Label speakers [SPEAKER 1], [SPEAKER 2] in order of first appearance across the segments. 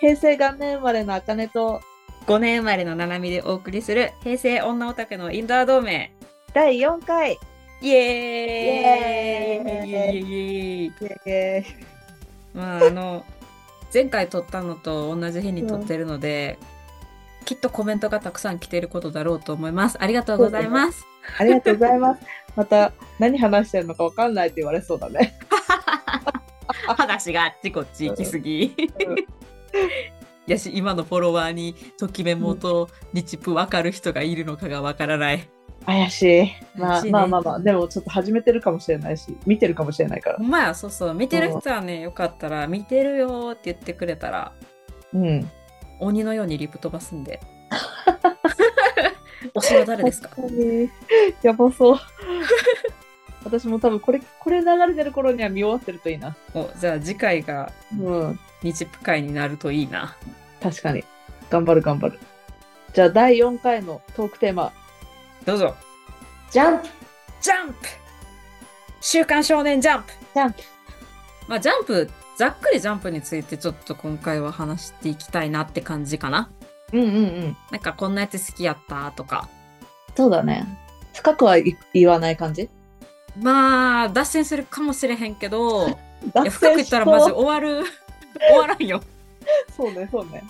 [SPEAKER 1] 平成元年生まれのあかねと
[SPEAKER 2] 5年生まれのななみでお送りする平成女オタクのインドア同盟
[SPEAKER 1] 第4回
[SPEAKER 2] イエーイ
[SPEAKER 1] イエーイ
[SPEAKER 2] イエーイ
[SPEAKER 1] イエーイ
[SPEAKER 2] まああの前回撮ったのと同じ日に撮ってるので、きっとコメントがたくさん来てることだろうと思いますありがとうございます
[SPEAKER 1] ありがとうございます。 また何話してるのかわかんないって言われそうだね。
[SPEAKER 2] 話があっちこっち行き過ぎ
[SPEAKER 1] うん
[SPEAKER 2] やし今のフォロワーにときめもとリチプ分かる人がいるのかが分からない
[SPEAKER 1] 怪しい。ま
[SPEAKER 2] 怪
[SPEAKER 1] あ、
[SPEAKER 2] しいね
[SPEAKER 1] まあまあまあ、でもちょっと始めてるかもしれないし、見てるかもしれないから
[SPEAKER 2] ほ。んまやそうそう見てる人はねよかったら見てるよーって言ってくれたら
[SPEAKER 1] うん。
[SPEAKER 2] 鬼のようにリプ飛ばすん で推しは誰ですか
[SPEAKER 1] 本当にやばそう。 私も多分これ、これ流れてる頃には見終わってるといいな。
[SPEAKER 2] おじゃあ次回が
[SPEAKER 1] うん。
[SPEAKER 2] 日プ会になるといいな
[SPEAKER 1] 確かに。頑張る頑張る。じゃあ第4回のトークテーマ、
[SPEAKER 2] どうぞ
[SPEAKER 1] ジャンプ
[SPEAKER 2] ジャンプ週刊少年ジャンプ
[SPEAKER 1] ジャンプ
[SPEAKER 2] まあジャンプざっくりジャンプについてちょっと今回は話していきたいなって感じかな
[SPEAKER 1] うんうんうん。
[SPEAKER 2] なんかこんなやつ好きやったとか
[SPEAKER 1] そうだね。深くはい言わない感じ
[SPEAKER 2] まあ脱線するかもしれへんけどい
[SPEAKER 1] 脱
[SPEAKER 2] や深く言ったらマジ終わる 終わらんよ
[SPEAKER 1] そうね、そうね。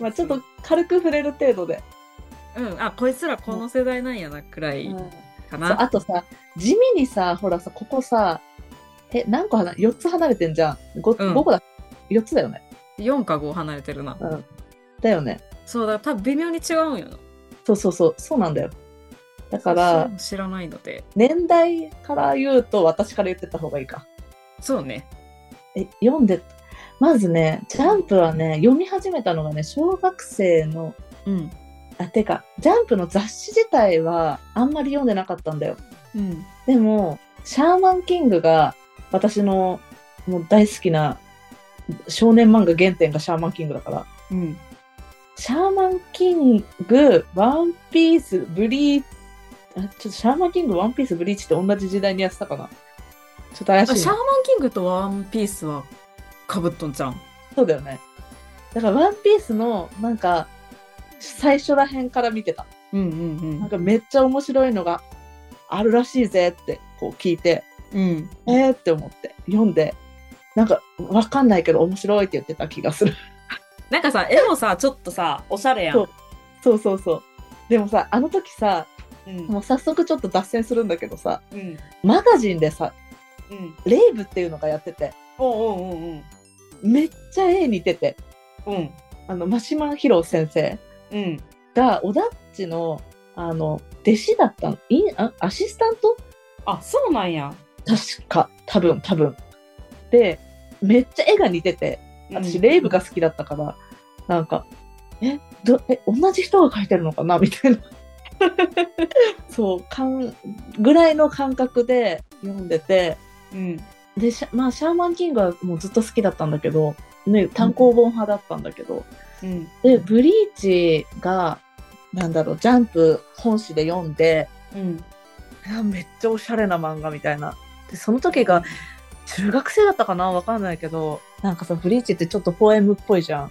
[SPEAKER 1] まあちょっと軽く触れる程度で。
[SPEAKER 2] うんあこいつらこの世代なんやなくらい
[SPEAKER 1] そう
[SPEAKER 2] かな、
[SPEAKER 1] あとさ、地味にさ、ほらさ、ここさ、え、何個離れ、4つ離れてんじゃん。5,
[SPEAKER 2] うん
[SPEAKER 1] 5個だ。4つだよね。
[SPEAKER 2] 4か5離れてるな
[SPEAKER 1] うん。だよね。
[SPEAKER 2] そうだ多分微妙に違うんよな
[SPEAKER 1] そうそうそう、そうなんだよ。だから、
[SPEAKER 2] 知らないので
[SPEAKER 1] 年代から言うと、私から言ってった方がいいか。
[SPEAKER 2] そうね
[SPEAKER 1] え、読んで、まずね、ジャンプはね、読み始めたのがね、小学生の、
[SPEAKER 2] うん
[SPEAKER 1] あ、てか、ジャンプの雑誌自体は、あんまり読んでなかったんだよ。
[SPEAKER 2] うん
[SPEAKER 1] でも、シャーマンキングが私のもう大好きな少年漫画原点がシャーマンキングだから、
[SPEAKER 2] うん
[SPEAKER 1] シャーマンキング、ワンピース、ブリーあちょっとシャーマンキング、ワンピース、ブリーチって同じ時代にやってたかな。ちょっと怪
[SPEAKER 2] あ
[SPEAKER 1] し
[SPEAKER 2] シ
[SPEAKER 1] い
[SPEAKER 2] ャー
[SPEAKER 1] な
[SPEAKER 2] マン。キングとワンピースはかぶっとんじゃん
[SPEAKER 1] そうだよね。だから、ワンピースの、なんか、最初らへんから見てた。
[SPEAKER 2] うん
[SPEAKER 1] なんか、めっちゃ面白いのがあるらしいぜって、こう聞いて、
[SPEAKER 2] うんうん
[SPEAKER 1] えーって思って読んでなんかわかんないけど面白いって言ってた気がする
[SPEAKER 2] なんかさ絵もさちょっとさおしゃれやん
[SPEAKER 1] そうそうそうそうでもさあの時さ
[SPEAKER 2] うん
[SPEAKER 1] もう早速ちょっと脱線するんだけどさ
[SPEAKER 2] うん
[SPEAKER 1] マガジンでさ
[SPEAKER 2] うん
[SPEAKER 1] レイブっていうのがやってて
[SPEAKER 2] おうおうおう
[SPEAKER 1] めっちゃ絵似てて
[SPEAKER 2] おううん
[SPEAKER 1] あの真島博郎先生
[SPEAKER 2] うん
[SPEAKER 1] が小田っちのあの弟子だったのインあアシスタント
[SPEAKER 2] あそうなんや
[SPEAKER 1] 確か多分多分でめっちゃ絵が似てて私、レイブが好きだったから、なんか、え、どえ同じ人が書いてるのかな みたいな。そう、かん、ぐらいの感覚で読んでて、
[SPEAKER 2] うん
[SPEAKER 1] で、シャまあ、シャーマンキングはもうずっと好きだったんだけど、ね、単行本派だったんだけど、
[SPEAKER 2] うん
[SPEAKER 1] で、ブリーチが、なんだろう、ジャンプ本誌で読んで、
[SPEAKER 2] うん
[SPEAKER 1] あめっちゃおしゃれな漫画みたいな。で、その時が、中学生だったかなわかんないけど、なんかさ、ブリーチってちょっとポエムっぽいじゃん。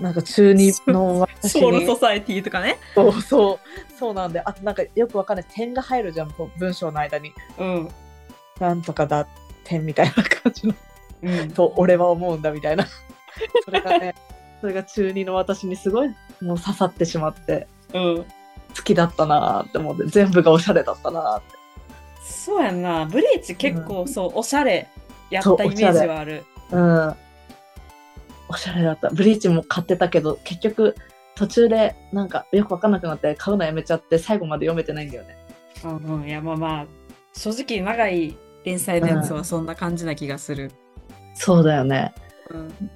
[SPEAKER 1] なんか中二の私に。
[SPEAKER 2] ソウルソサエティとかね
[SPEAKER 1] そうそう。そうなんで、あとなんかよくわかんない。点が入るじゃん、こう文章の間に。
[SPEAKER 2] うん
[SPEAKER 1] なんとかだ、点みたいな感じの。
[SPEAKER 2] うん
[SPEAKER 1] と、俺は思うんだ、みたいな。 それがね、それが中二の私にすごいもう刺さってしまって、
[SPEAKER 2] うん
[SPEAKER 1] 好きだったなーって思って、全部がおしゃれだったなーって。
[SPEAKER 2] そうやんなブリーチ結構そう、おしゃれやった
[SPEAKER 1] そう
[SPEAKER 2] イメージはある
[SPEAKER 1] うん。おしゃれだった。ブリーチも買ってたけど、結局途中でなんかよくわかんなくなって買うのやめちゃって最後まで読めてないんだよね。
[SPEAKER 2] うんうんいやまあまあ正直長い連載のやつはそんな感じな気がする、
[SPEAKER 1] そうだよね。
[SPEAKER 2] うん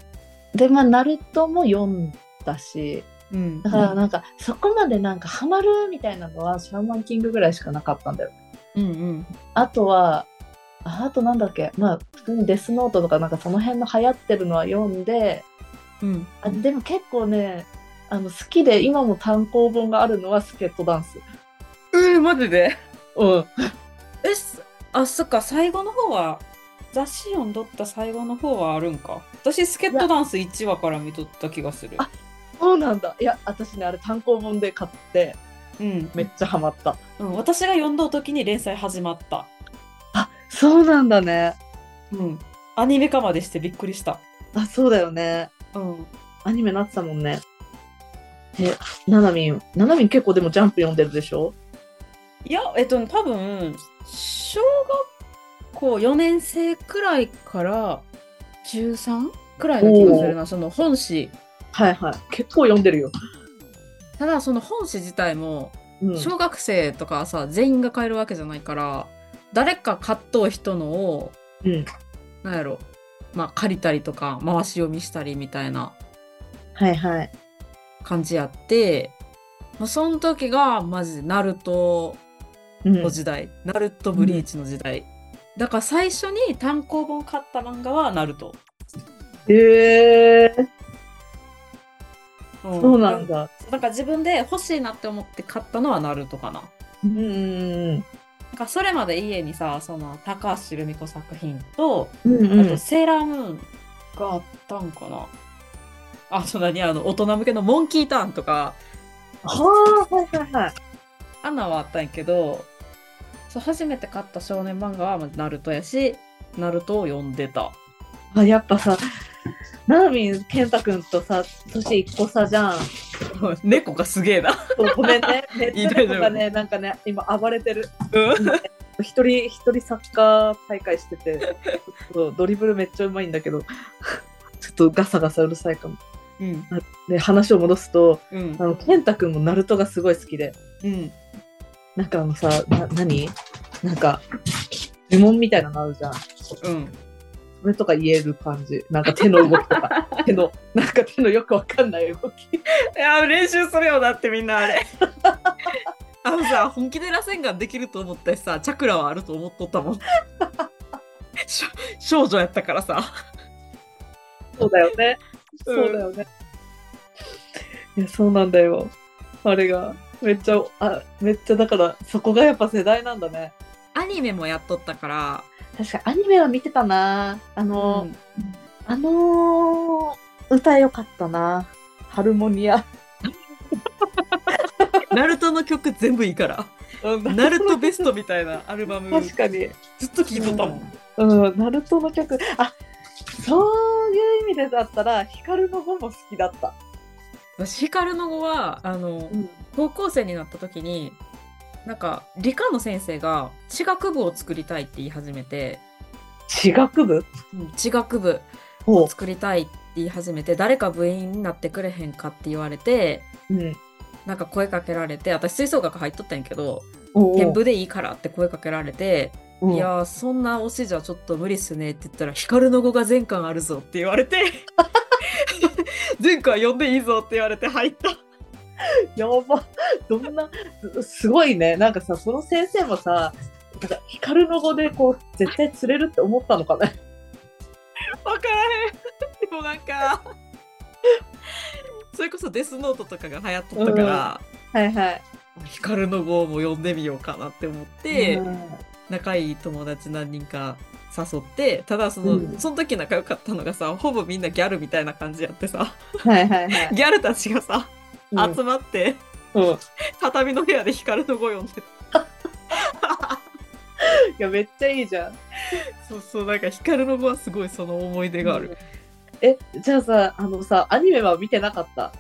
[SPEAKER 1] で、まあ、ナルトも読んだし、
[SPEAKER 2] うん
[SPEAKER 1] だからなんか、そこまでなんかハマるみたいなのはシャーマンキングぐらいしかなかったんだよ。
[SPEAKER 2] うんうん
[SPEAKER 1] あとは、ああとなんだっけ、まあ、普通にデスノートとかなんかその辺の流行ってるのは読んで、
[SPEAKER 2] うん
[SPEAKER 1] あでも結構ね、あの好きで今も単行本があるのはスケットダンス。
[SPEAKER 2] うんマジで
[SPEAKER 1] うん。
[SPEAKER 2] えすあそっか最後の方はザ・シオン撮った最後の方はあるんか私スケットダンス1話から見とった気がする
[SPEAKER 1] あそうなんだいや私ねあれ単行本で買って
[SPEAKER 2] うん、
[SPEAKER 1] めっちゃハマった
[SPEAKER 2] うん、私が読んだ時に連載始まった
[SPEAKER 1] あそうなんだね
[SPEAKER 2] うんアニメ化までしてびっくりした
[SPEAKER 1] あそうだよね
[SPEAKER 2] うん
[SPEAKER 1] アニメなってたもんねえななみんななみん結構でもジャンプ読んでるでしょ
[SPEAKER 2] いやえっと多分小学校4年生くらいから13くらいの気がするなその本誌
[SPEAKER 1] はいはい結構読んでるよ、
[SPEAKER 2] ただその本誌自体も
[SPEAKER 1] うん、
[SPEAKER 2] 小学生とかさ全員が買えるわけじゃないから誰か買っとう人のを、
[SPEAKER 1] うん
[SPEAKER 2] なんやろまあ借りたりとか回し読みしたりみたいな
[SPEAKER 1] はいはい
[SPEAKER 2] 感じやって、まあ、その時がマジでナルト
[SPEAKER 1] うん
[SPEAKER 2] の時代、ナルトブリーチの時代、だから最初に単行本買った漫画はナルト、
[SPEAKER 1] へえー、
[SPEAKER 2] うん
[SPEAKER 1] そうなんだ
[SPEAKER 2] なんか自分で欲しいなって思って買ったのはナルトかな
[SPEAKER 1] うんうん
[SPEAKER 2] なんかそれまで家にさその高橋留美子作品と
[SPEAKER 1] うんうん
[SPEAKER 2] あ
[SPEAKER 1] う
[SPEAKER 2] と、
[SPEAKER 1] ん
[SPEAKER 2] セーラームーンがあったんかな。あと何あの、大人向けのモンキーターンとか、
[SPEAKER 1] はあはいはいはい
[SPEAKER 2] アナはあったんやけど、そう、初めて買った少年漫画はまあナルトやし、ナルトを読んでた。
[SPEAKER 1] あやっぱさななみん健太くんとさ年一個差じ ゃん
[SPEAKER 2] 猫がすげえな。
[SPEAKER 1] そうごめんねネ
[SPEAKER 2] いい
[SPEAKER 1] ット猫が
[SPEAKER 2] 大
[SPEAKER 1] ねなんかね今暴れてる
[SPEAKER 2] うん
[SPEAKER 1] 一人一人サッカー大会しててちょっとドリブルめっちゃうまいんだけどちょっとガサガサうるさいかも
[SPEAKER 2] うん。
[SPEAKER 1] で話を戻すと
[SPEAKER 2] うん
[SPEAKER 1] あ。の健太くんもナルトがすごい好きで
[SPEAKER 2] うん。
[SPEAKER 1] なんかあのさな何なんか呪文みたいなのあるじゃん
[SPEAKER 2] うん。
[SPEAKER 1] それとか言える感じなんか手の動きと か手のなんか手のよくわかんない動き
[SPEAKER 2] いや、練習するよ、だってみんな あれ。あのさ、本気で螺旋ができると思ったしさ、チャクラはあると思っとったもん。 しょ少女やったからさ。
[SPEAKER 1] そうだよね。
[SPEAKER 2] う
[SPEAKER 1] そ
[SPEAKER 2] ん
[SPEAKER 1] うだよね。いや、そうなんだよ。あれが、めっちゃ、あ、めっちゃ、だから、そこがやっぱ世代なんだね。
[SPEAKER 2] アニメもやっとったから、
[SPEAKER 1] 確かに、アニメは見てたな。あの、
[SPEAKER 2] うん
[SPEAKER 1] あのー歌よかったな。ハルモニア。
[SPEAKER 2] ナルトの曲全部いい から。ナルトベストみたいなアルバム
[SPEAKER 1] 確かに。
[SPEAKER 2] ずっと聴いとったもん。
[SPEAKER 1] うん、ナルトの曲。あ、そういう意味でだったら、ヒカルの語も好きだった。
[SPEAKER 2] 私ヒカルの語はあの
[SPEAKER 1] ん。
[SPEAKER 2] 高校生になった時になんか理科の先生が地学部を作りたいって言い始めて、
[SPEAKER 1] 地学部
[SPEAKER 2] 地学部
[SPEAKER 1] ほ
[SPEAKER 2] 作りたいって言い始めて誰か部員になってくれへんかって言われて
[SPEAKER 1] う。うん。
[SPEAKER 2] なんか声かけられて私吹奏楽入っとったんやけど
[SPEAKER 1] お
[SPEAKER 2] 「部でいいから」って声かけられてい
[SPEAKER 1] いや、
[SPEAKER 2] やーそんな推しじゃちょっと無理っすねって言ったら「ヒカルの語が全巻あるぞ」って言われて全巻読んでいいぞって言われて入った
[SPEAKER 1] やばどんなすすごいねなんかさその先生もさなんか光の語でこう絶対釣れるって思ったのかね
[SPEAKER 2] 分からへんでもなんかそれこそデスノートとかが流行っとったから、
[SPEAKER 1] はいはい
[SPEAKER 2] ヒカルの語も読んでみようかなって思って、仲いい友達何人か誘ってただその、
[SPEAKER 1] うん
[SPEAKER 2] その時仲良かったのがさほぼみんなギャルみたいな感じやってさ
[SPEAKER 1] はいはいはい、
[SPEAKER 2] ギャルたちがさ、
[SPEAKER 1] うん
[SPEAKER 2] 集まって
[SPEAKER 1] うん、い
[SPEAKER 2] 畳の部屋でヒカルの語読んで
[SPEAKER 1] やめっちゃいいじゃん
[SPEAKER 2] そうそうなんか光の子はすごいその思い出がある、
[SPEAKER 1] えじゃあさあのさアニメは見てなかった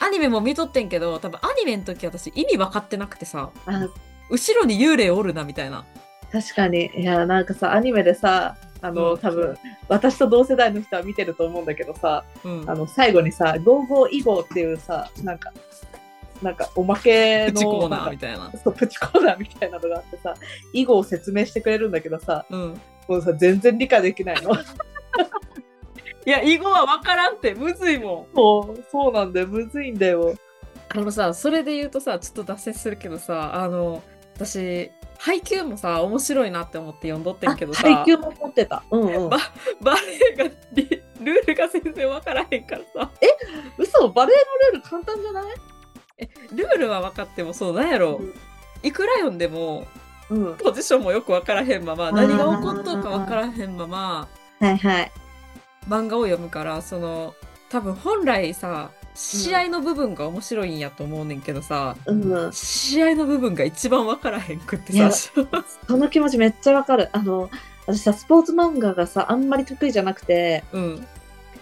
[SPEAKER 2] アニメも見とってんけど多分アニメの時私意味分かってなくてさ
[SPEAKER 1] あ
[SPEAKER 2] 後ろに幽霊おるなみたいな
[SPEAKER 1] 確かにいやなんかさアニメでさあの、
[SPEAKER 2] うん
[SPEAKER 1] 多分私と同世代の人は見てると思うんだけどさ
[SPEAKER 2] うん
[SPEAKER 1] あの最後にさ「ゴーゴー以後」っていうさなんかなんかおまけ
[SPEAKER 2] プ
[SPEAKER 1] の
[SPEAKER 2] チコー
[SPEAKER 1] な
[SPEAKER 2] ナ
[SPEAKER 1] ん
[SPEAKER 2] ー
[SPEAKER 1] か
[SPEAKER 2] みたいな
[SPEAKER 1] そうプチコーナーみたいなのがあってさ囲碁を説明してくれるんだけどさ
[SPEAKER 2] うん
[SPEAKER 1] もうさ全然理解できない の
[SPEAKER 2] いや囲碁は分からんってむずいもん
[SPEAKER 1] そうそうなんだよむずいんだよ
[SPEAKER 2] あのさそれで言うとさちょっと脱線するけどさあの私配給もさ面白いなって思って読んどってんけどさ
[SPEAKER 1] 配球も持ってたうんうん
[SPEAKER 2] ばバレエがリルールが全然分からへんからさ
[SPEAKER 1] 嘘バレーのルール簡単じゃない
[SPEAKER 2] ルールは分かってもそうなんやろ、いくら読んでも
[SPEAKER 1] ううん。
[SPEAKER 2] ポジションもよくわからへんまま何が起こっとうかわからへんまま
[SPEAKER 1] はいはい。
[SPEAKER 2] 漫画を読むからその多分本来さ試合の部分が面白いんやと思うねんけどさ、
[SPEAKER 1] うん。
[SPEAKER 2] 試合の部分が一番わからへんくって
[SPEAKER 1] いや
[SPEAKER 2] さ
[SPEAKER 1] その気持ちめっちゃわかる。あの、私さ、スポーツ漫画がさ、あんまり得意じゃなくて、
[SPEAKER 2] うん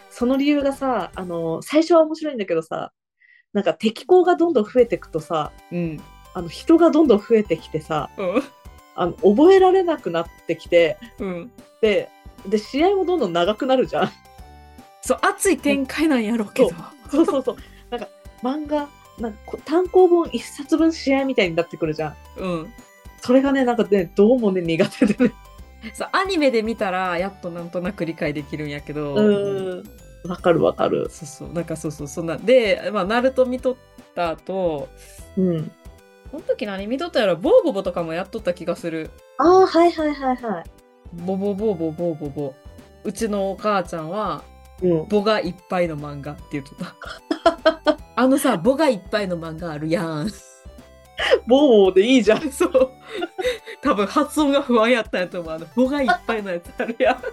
[SPEAKER 1] その理由がさ、あの、最初は面白いんだけどさ、なんか敵校がどんどん増えてくとさ、
[SPEAKER 2] うん
[SPEAKER 1] あの、人がどんどん増えてきてさ、
[SPEAKER 2] うん
[SPEAKER 1] あの、覚えられなくなってきて、
[SPEAKER 2] うん
[SPEAKER 1] で、で、試合もどんどん長くなるじゃん。
[SPEAKER 2] そう熱い展開なんやろうけど
[SPEAKER 1] そうそうそう。なんか、漫画、なんかこう単行本一冊分試合みたいになってくるじゃん。
[SPEAKER 2] うん
[SPEAKER 1] それがね、なんかね、どうもね、苦手でね。
[SPEAKER 2] そうアニメで見たらやっとなんとなく理解できるんやけど
[SPEAKER 1] うん。わかるわかる。
[SPEAKER 2] そうそうなんかそうそうそんなでまあナルト見とった後
[SPEAKER 1] うん。
[SPEAKER 2] この時何見とったやろボーボボとかもやっとった気がする
[SPEAKER 1] ああ、はいはいはいは。
[SPEAKER 2] ボボボボボボボうちのお母ちゃんはい
[SPEAKER 1] うん。
[SPEAKER 2] ボがいっぱいの漫画って言っとった あのさボがいっぱいの漫画あるやん
[SPEAKER 1] ボーボーでいいじゃん。
[SPEAKER 2] そう多分発音が不安やったんやと思うあのボがいっぱいのやつあるやんって
[SPEAKER 1] かわ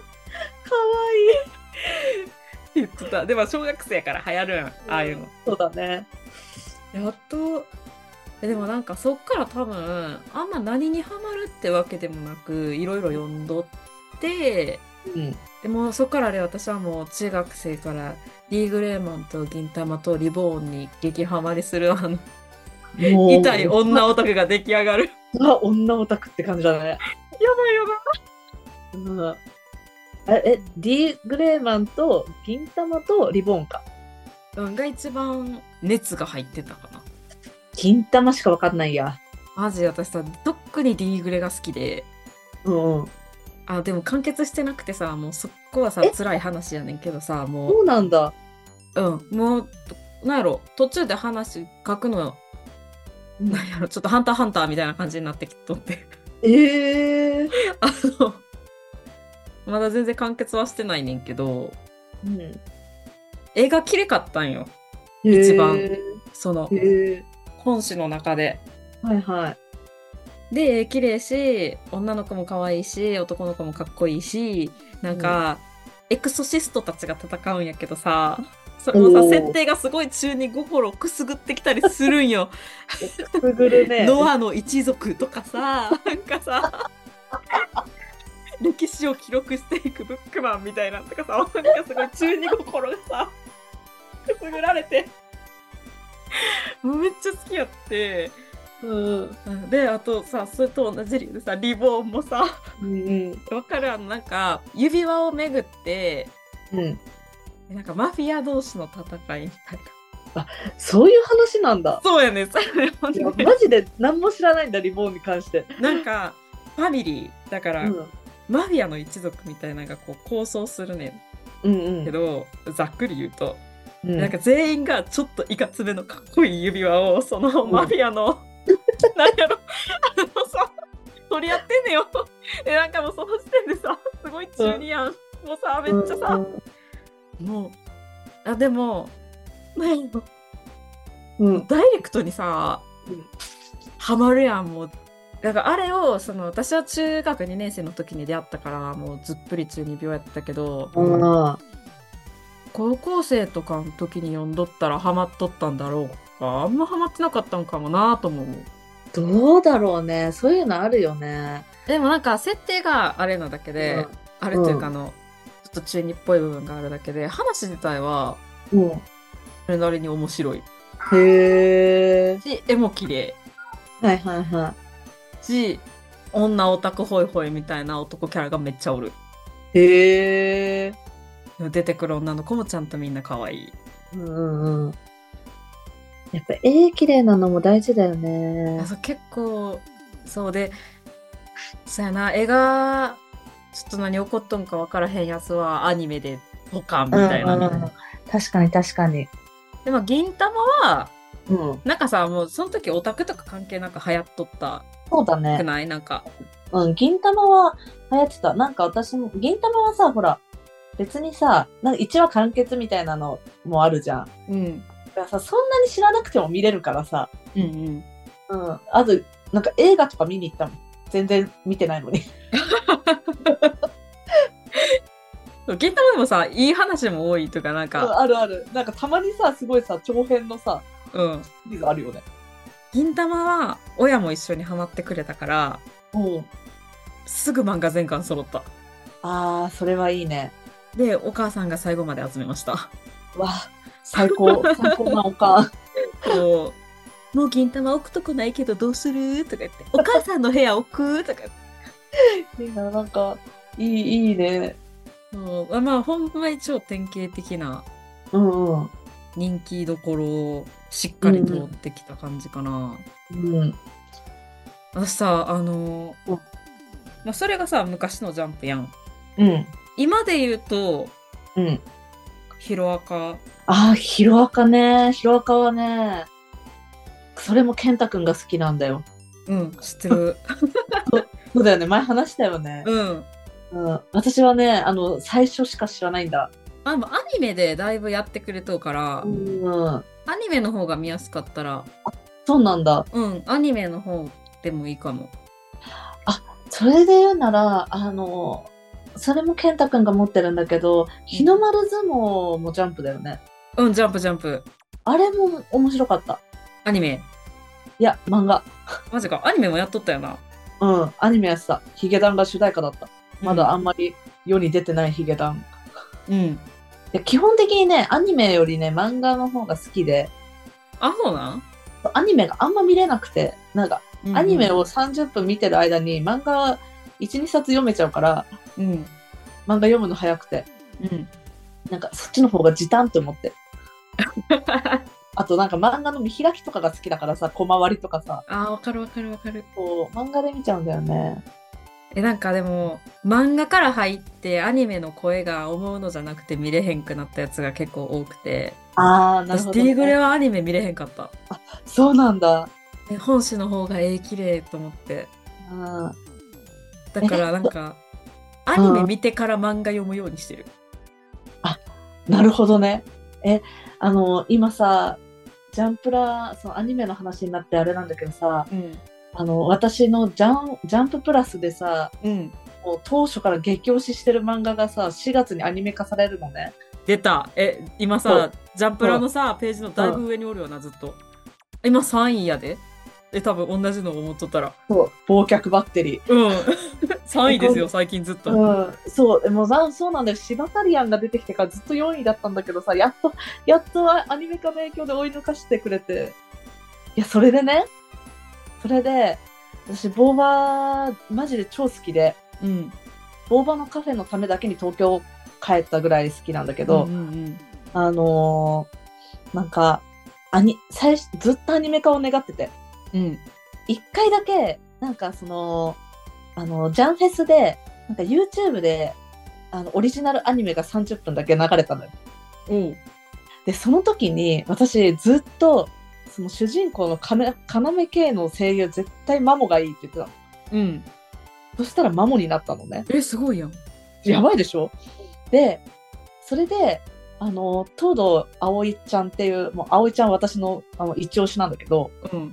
[SPEAKER 1] いい。
[SPEAKER 2] 言ってたでも小学生やから流行るやんああいうの
[SPEAKER 1] そうだね。
[SPEAKER 2] やっとえでもなんかそっから多分あんま何にハマるってわけでもなくいろいろ読んどって
[SPEAKER 1] うん。
[SPEAKER 2] でもそっからあれ私はもう中学生からリーグレーマンと銀玉とリボーンに激ハマりするあの
[SPEAKER 1] もう
[SPEAKER 2] 痛い女オタクが出来上がるや
[SPEAKER 1] あ女オタクって感じだね。
[SPEAKER 2] ばいやばい
[SPEAKER 1] うん。あえ、D ・グレーマンと銀玉とリボンか。
[SPEAKER 2] うんが一番熱が入ってたかな
[SPEAKER 1] 銀玉しかわかんないや。
[SPEAKER 2] マジで私さ特にリーグレが好きで
[SPEAKER 1] うん。
[SPEAKER 2] あでも完結してなくてさもうそこはさ
[SPEAKER 1] え
[SPEAKER 2] 辛い話やねんけどさもう
[SPEAKER 1] そうなんだ。
[SPEAKER 2] うん、もう、なんやろ、途中で話書くの、なんやろ、ちょっとハンターハンターみたいな感じになってきとって。
[SPEAKER 1] ええー。
[SPEAKER 2] あの、まだ全然完結はしてないねんけど、
[SPEAKER 1] うん。
[SPEAKER 2] 絵が綺麗かったんよ。一番
[SPEAKER 1] へ
[SPEAKER 2] その
[SPEAKER 1] ー、へ
[SPEAKER 2] 本誌の中で。
[SPEAKER 1] ーはいはい。
[SPEAKER 2] で、絵綺麗し、女の子も可愛いし、男の子もかっこいいし、なんか、エクソシストたちが戦うんやけどさ、それもさ、
[SPEAKER 1] おー
[SPEAKER 2] 設定がすごい中に心をくすぐってきたりするん よ。
[SPEAKER 1] くぐるね。
[SPEAKER 2] ノアの一族とかさ、 なんかさ、 歴史を記録していくブックマンみたいなのとかさ、なんかすごい中二心がさ、くすぐられて、もうめっちゃ好きやって、
[SPEAKER 1] うん。
[SPEAKER 2] で、あとさ、それと同じ理由でさ、リボーンもさ、
[SPEAKER 1] うん。
[SPEAKER 2] わかるあの、なんか、指輪をめぐって、
[SPEAKER 1] うん。
[SPEAKER 2] なんかマフィア同士の戦いみたいな。
[SPEAKER 1] そういう話なんだ。
[SPEAKER 2] そうやねん、それも
[SPEAKER 1] いや
[SPEAKER 2] ね
[SPEAKER 1] マジで何も知らないんだ、リボンに関して。
[SPEAKER 2] なんか、ファミリー、だか
[SPEAKER 1] う
[SPEAKER 2] ら、
[SPEAKER 1] ん。
[SPEAKER 2] マフィアの一族みたいなのがこう構想するね
[SPEAKER 1] うんうんん
[SPEAKER 2] け。ど、ざっくり言うと、
[SPEAKER 1] うん
[SPEAKER 2] なんか全員がちょっといかつめのかっこいい指輪をその
[SPEAKER 1] うん
[SPEAKER 2] マフィ アの、なんやろあのさ取り合ってんねよでなんかもうその時点でさすごい中二やん、もうさめっちゃさ、もうあでもなんやろ
[SPEAKER 1] うん。
[SPEAKER 2] ダイレクトにさ、
[SPEAKER 1] うん
[SPEAKER 2] ハマるやんもうだからあれをその私は中学2年生の時に出会ったからもうずっぷり中二病やったけど、
[SPEAKER 1] あ
[SPEAKER 2] 高校生とかの時に読んどったらハマっとったんだろうかあんまハマってなかったんかもなとも思う
[SPEAKER 1] どうだろうね。そういうのあるよね。
[SPEAKER 2] でもなんか設定があれなだけで、あれというかあの、ちょっと中二っぽい部分があるだけで話自体は
[SPEAKER 1] うん。うん
[SPEAKER 2] それなりに面白い
[SPEAKER 1] へえ。
[SPEAKER 2] し絵も綺麗
[SPEAKER 1] はいはいは
[SPEAKER 2] し女オタクホイホイみたいな男キャラがめっちゃおる
[SPEAKER 1] い。へえ。
[SPEAKER 2] 出てくる女の子もちゃんとみんな可愛い
[SPEAKER 1] うんうんうん。やっぱ絵綺麗なのも大事だよね
[SPEAKER 2] あ。そう結構そうでそうやな絵がちょっと何起こっとんか分からへんやつはアニメでポカンみたいな、
[SPEAKER 1] うんうんうん確かに確かに。
[SPEAKER 2] でも銀玉は
[SPEAKER 1] うん。
[SPEAKER 2] なんかさもうその時オタクとか関係なく流行っとった
[SPEAKER 1] そうだ
[SPEAKER 2] く
[SPEAKER 1] ね。
[SPEAKER 2] ないなんか
[SPEAKER 1] うん、銀玉は流行ってた。なんか私も、銀玉はさ、ほら、別にさ、なんか1話完結みたいなのもあるじゃん。
[SPEAKER 2] うん
[SPEAKER 1] だからさ、そんなに知らなくても見れるからさ。
[SPEAKER 2] うんうん
[SPEAKER 1] うん。あと、なんか映画とか見に行ったもん。全然見てないのに。
[SPEAKER 2] そう銀玉でもさいい話も多いとかなん か、
[SPEAKER 1] あるある。なんかたまにさ、すごいさ、長編のさ、
[SPEAKER 2] うん、
[SPEAKER 1] シリーズあるよね。
[SPEAKER 2] 銀玉は親も一緒にハマってくれたから
[SPEAKER 1] うん。
[SPEAKER 2] すぐ漫画全巻揃った
[SPEAKER 1] ああ、それはいいね。
[SPEAKER 2] でお母さんが最後まで集めました
[SPEAKER 1] わあ、最 高、最高なおかん。
[SPEAKER 2] こうもう銀玉置くとこないけどどうするとか言ってお母さんの部屋置くとか言って
[SPEAKER 1] いいな、なんか、いい、いいね。
[SPEAKER 2] そうあまあほんまに超典型的な
[SPEAKER 1] うんうん。
[SPEAKER 2] 人気どころをしっかり通ってきた感じかな、
[SPEAKER 1] うん。
[SPEAKER 2] 私さあのー
[SPEAKER 1] うん
[SPEAKER 2] まあ、それがさ昔のジャンプやん
[SPEAKER 1] うん。
[SPEAKER 2] 今で言うと
[SPEAKER 1] うん。
[SPEAKER 2] ヒロアカ
[SPEAKER 1] ああ、ヒロアカね。ヒロアカはね、それも健太くんが好きなんだよ。
[SPEAKER 2] うん知ってる
[SPEAKER 1] そうだよね。前話したよね。
[SPEAKER 2] うん
[SPEAKER 1] うん。私はね、あの、最初しか知らないんだ。
[SPEAKER 2] あもうアニメでだいぶやってくれとうから、
[SPEAKER 1] うん。
[SPEAKER 2] アニメの方が見やすかったら
[SPEAKER 1] そうなんだ。
[SPEAKER 2] うんアニメの方でもいいかも
[SPEAKER 1] それで言うなら、あの、それも健太くんが持ってるんだけど、日の丸相撲もジャンプだよね。
[SPEAKER 2] うんジャンプジャンプ
[SPEAKER 1] あれも面白かった。
[SPEAKER 2] アニメ
[SPEAKER 1] いや、漫画。
[SPEAKER 2] マジかアニメもやっとったよな
[SPEAKER 1] うん、アニメやってた。ヒゲダンが主題歌だった。まだあ
[SPEAKER 2] ん
[SPEAKER 1] んまり世に出てないヒゲダン。い
[SPEAKER 2] うん
[SPEAKER 1] や基本的にね、アニメよりね、漫画の方が好きで、
[SPEAKER 2] あそうなん、
[SPEAKER 1] アニメがあんま見れなくて、なんか、
[SPEAKER 2] うん
[SPEAKER 1] アニメを30分見てる間に漫画は1、2冊読めちゃうから、
[SPEAKER 2] うん
[SPEAKER 1] 漫画読むの早くて、
[SPEAKER 2] うん
[SPEAKER 1] なんかそっちの方が時短って思って。あとなんか漫画の見開きとかが好きだからさ、小回りとかさ、
[SPEAKER 2] あーわかるわかるわかる
[SPEAKER 1] こう、漫画で見ちゃうんだよね。
[SPEAKER 2] えなんかでも漫画から入ってアニメの声が思うのじゃなくて見れへんくなったやつが結構多くて
[SPEAKER 1] あー、なるほ
[SPEAKER 2] 私
[SPEAKER 1] ど、
[SPEAKER 2] ディーグレ
[SPEAKER 1] ね。
[SPEAKER 2] はアニメ見れへんかった
[SPEAKER 1] そうなんだ。
[SPEAKER 2] え本誌の方が絵綺麗と思って
[SPEAKER 1] うん
[SPEAKER 2] だからなんかアニメ見てから漫画読むようにしてる
[SPEAKER 1] なるほどね。え、あの、今さ、ジャンプラ、そのアニメの話になってあれなんだけどさ、
[SPEAKER 2] うん
[SPEAKER 1] あの、私のジャンジャンププラスでさ、
[SPEAKER 2] うん
[SPEAKER 1] もう当初から激推ししてる漫画がさ、4月にアニメ化されるのね。
[SPEAKER 2] 出たえ今
[SPEAKER 1] そ
[SPEAKER 2] さ
[SPEAKER 1] う
[SPEAKER 2] ジャンプラのさページのだいぶ上におるよなずっと今3位やでえ多分同じの思っとったら
[SPEAKER 1] そう。忘却バッテリー。
[SPEAKER 2] うん 3位ですよ最近ずっと、
[SPEAKER 1] うん、そう、でもうそうなんだよ。シバタリアンが出てきてからずっと4位だったんだけどさ、やっと、 やっとアニメ化の影響で追い抜かしてくれて。いや、それでね、それで、私、ボーバー、マジで超好きで、
[SPEAKER 2] うん
[SPEAKER 1] ボーバーのカフェのためだけに東京帰ったぐらい好きなんだけど、
[SPEAKER 2] うんうん
[SPEAKER 1] あのーなんか、アニ最初ずっとアニメ化を願ってて、
[SPEAKER 2] うんうん
[SPEAKER 1] 一回だけ、なんかその、あの、ジャンフェスで、なんか YouTube で、あの、オリジナルアニメが30分だけ流れたのよ。
[SPEAKER 2] おう
[SPEAKER 1] で、その時に、私ずっと、その主人公のかな要系の声優絶対マモがいいって言ってたの。
[SPEAKER 2] うん
[SPEAKER 1] そしたらマモになったのね。
[SPEAKER 2] えすごいやん
[SPEAKER 1] やばいでしょで、それで、あの、東堂葵ちゃんっていう、もう葵ちゃんは私のあの一押しなんだけど、
[SPEAKER 2] うん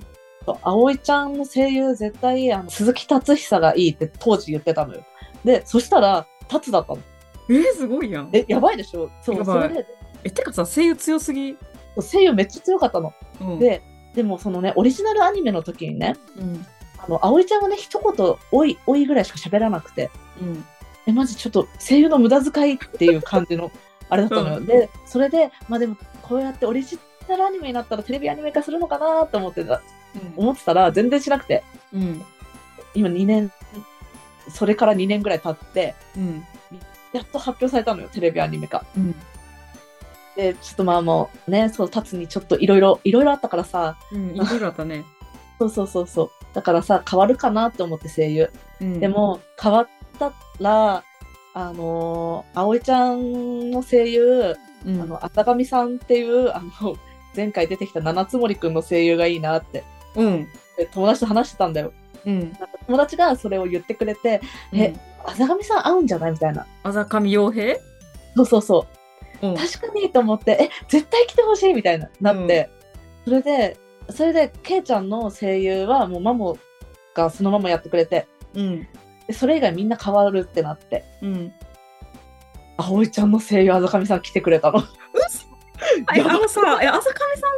[SPEAKER 1] 葵ちゃんの声優絶対あの鈴木達久がいいって当時言ってたのよ。で、そしたら、達だったの。
[SPEAKER 2] えーすごいやんえ
[SPEAKER 1] え、やばいでしょそ
[SPEAKER 2] や
[SPEAKER 1] う、
[SPEAKER 2] ば
[SPEAKER 1] そ
[SPEAKER 2] い
[SPEAKER 1] れで、
[SPEAKER 2] てかさ声優強すぎ、
[SPEAKER 1] 声優めっちゃ強かったの。
[SPEAKER 2] うん、
[SPEAKER 1] で、でもそのね、オリジナルアニメの時にね、
[SPEAKER 2] うん
[SPEAKER 1] あの、葵ちゃんはね、一言、おい、おいぐらいしか喋らなくて、
[SPEAKER 2] うん
[SPEAKER 1] え、マジちょっと声優の無駄遣いっていう感じ の、あれだったのよ。
[SPEAKER 2] うん
[SPEAKER 1] で、それで、まあでも、こうやってオリジナルアニメになったらテレビアニメ化するのかなと思ってた、思ってたら、全然しなくて、
[SPEAKER 2] うん
[SPEAKER 1] 今2年、それから2年ぐらい経って、
[SPEAKER 2] うん
[SPEAKER 1] やっと発表されたのよ、テレビアニメ化。
[SPEAKER 2] うん
[SPEAKER 1] で、ちょっとまあもうね、そう、立つにちょっといろいろ、いろいろあったからさ、
[SPEAKER 2] うんいろいろあっ たね
[SPEAKER 1] そうそうそうそう。だからさ、変わるかなって思って声優。
[SPEAKER 2] うん
[SPEAKER 1] でも、変わったら、あのー、葵ちゃんの声優、
[SPEAKER 2] うん
[SPEAKER 1] あの、浅上さんっていう、あの、前回出てきた七つ森くんの声優がいいなって、
[SPEAKER 2] うん
[SPEAKER 1] で友達と話してたんだよ。
[SPEAKER 2] うん
[SPEAKER 1] なんか友達がそれを言ってくれて、
[SPEAKER 2] え
[SPEAKER 1] え浅上さん合うんじゃないみたいな。
[SPEAKER 2] あざかみ傭兵
[SPEAKER 1] そうそうそう。
[SPEAKER 2] うん
[SPEAKER 1] 確かにと思ってえ絶対来てほしいみたいななって、それでそれでケイちゃんの声優はもうマモがそのままやってくれて
[SPEAKER 2] うん
[SPEAKER 1] でそれ以外みんな変わるってなって
[SPEAKER 2] うん
[SPEAKER 1] 葵ちゃんの声優あざかみさん来てくれたの
[SPEAKER 2] えあのさえ浅上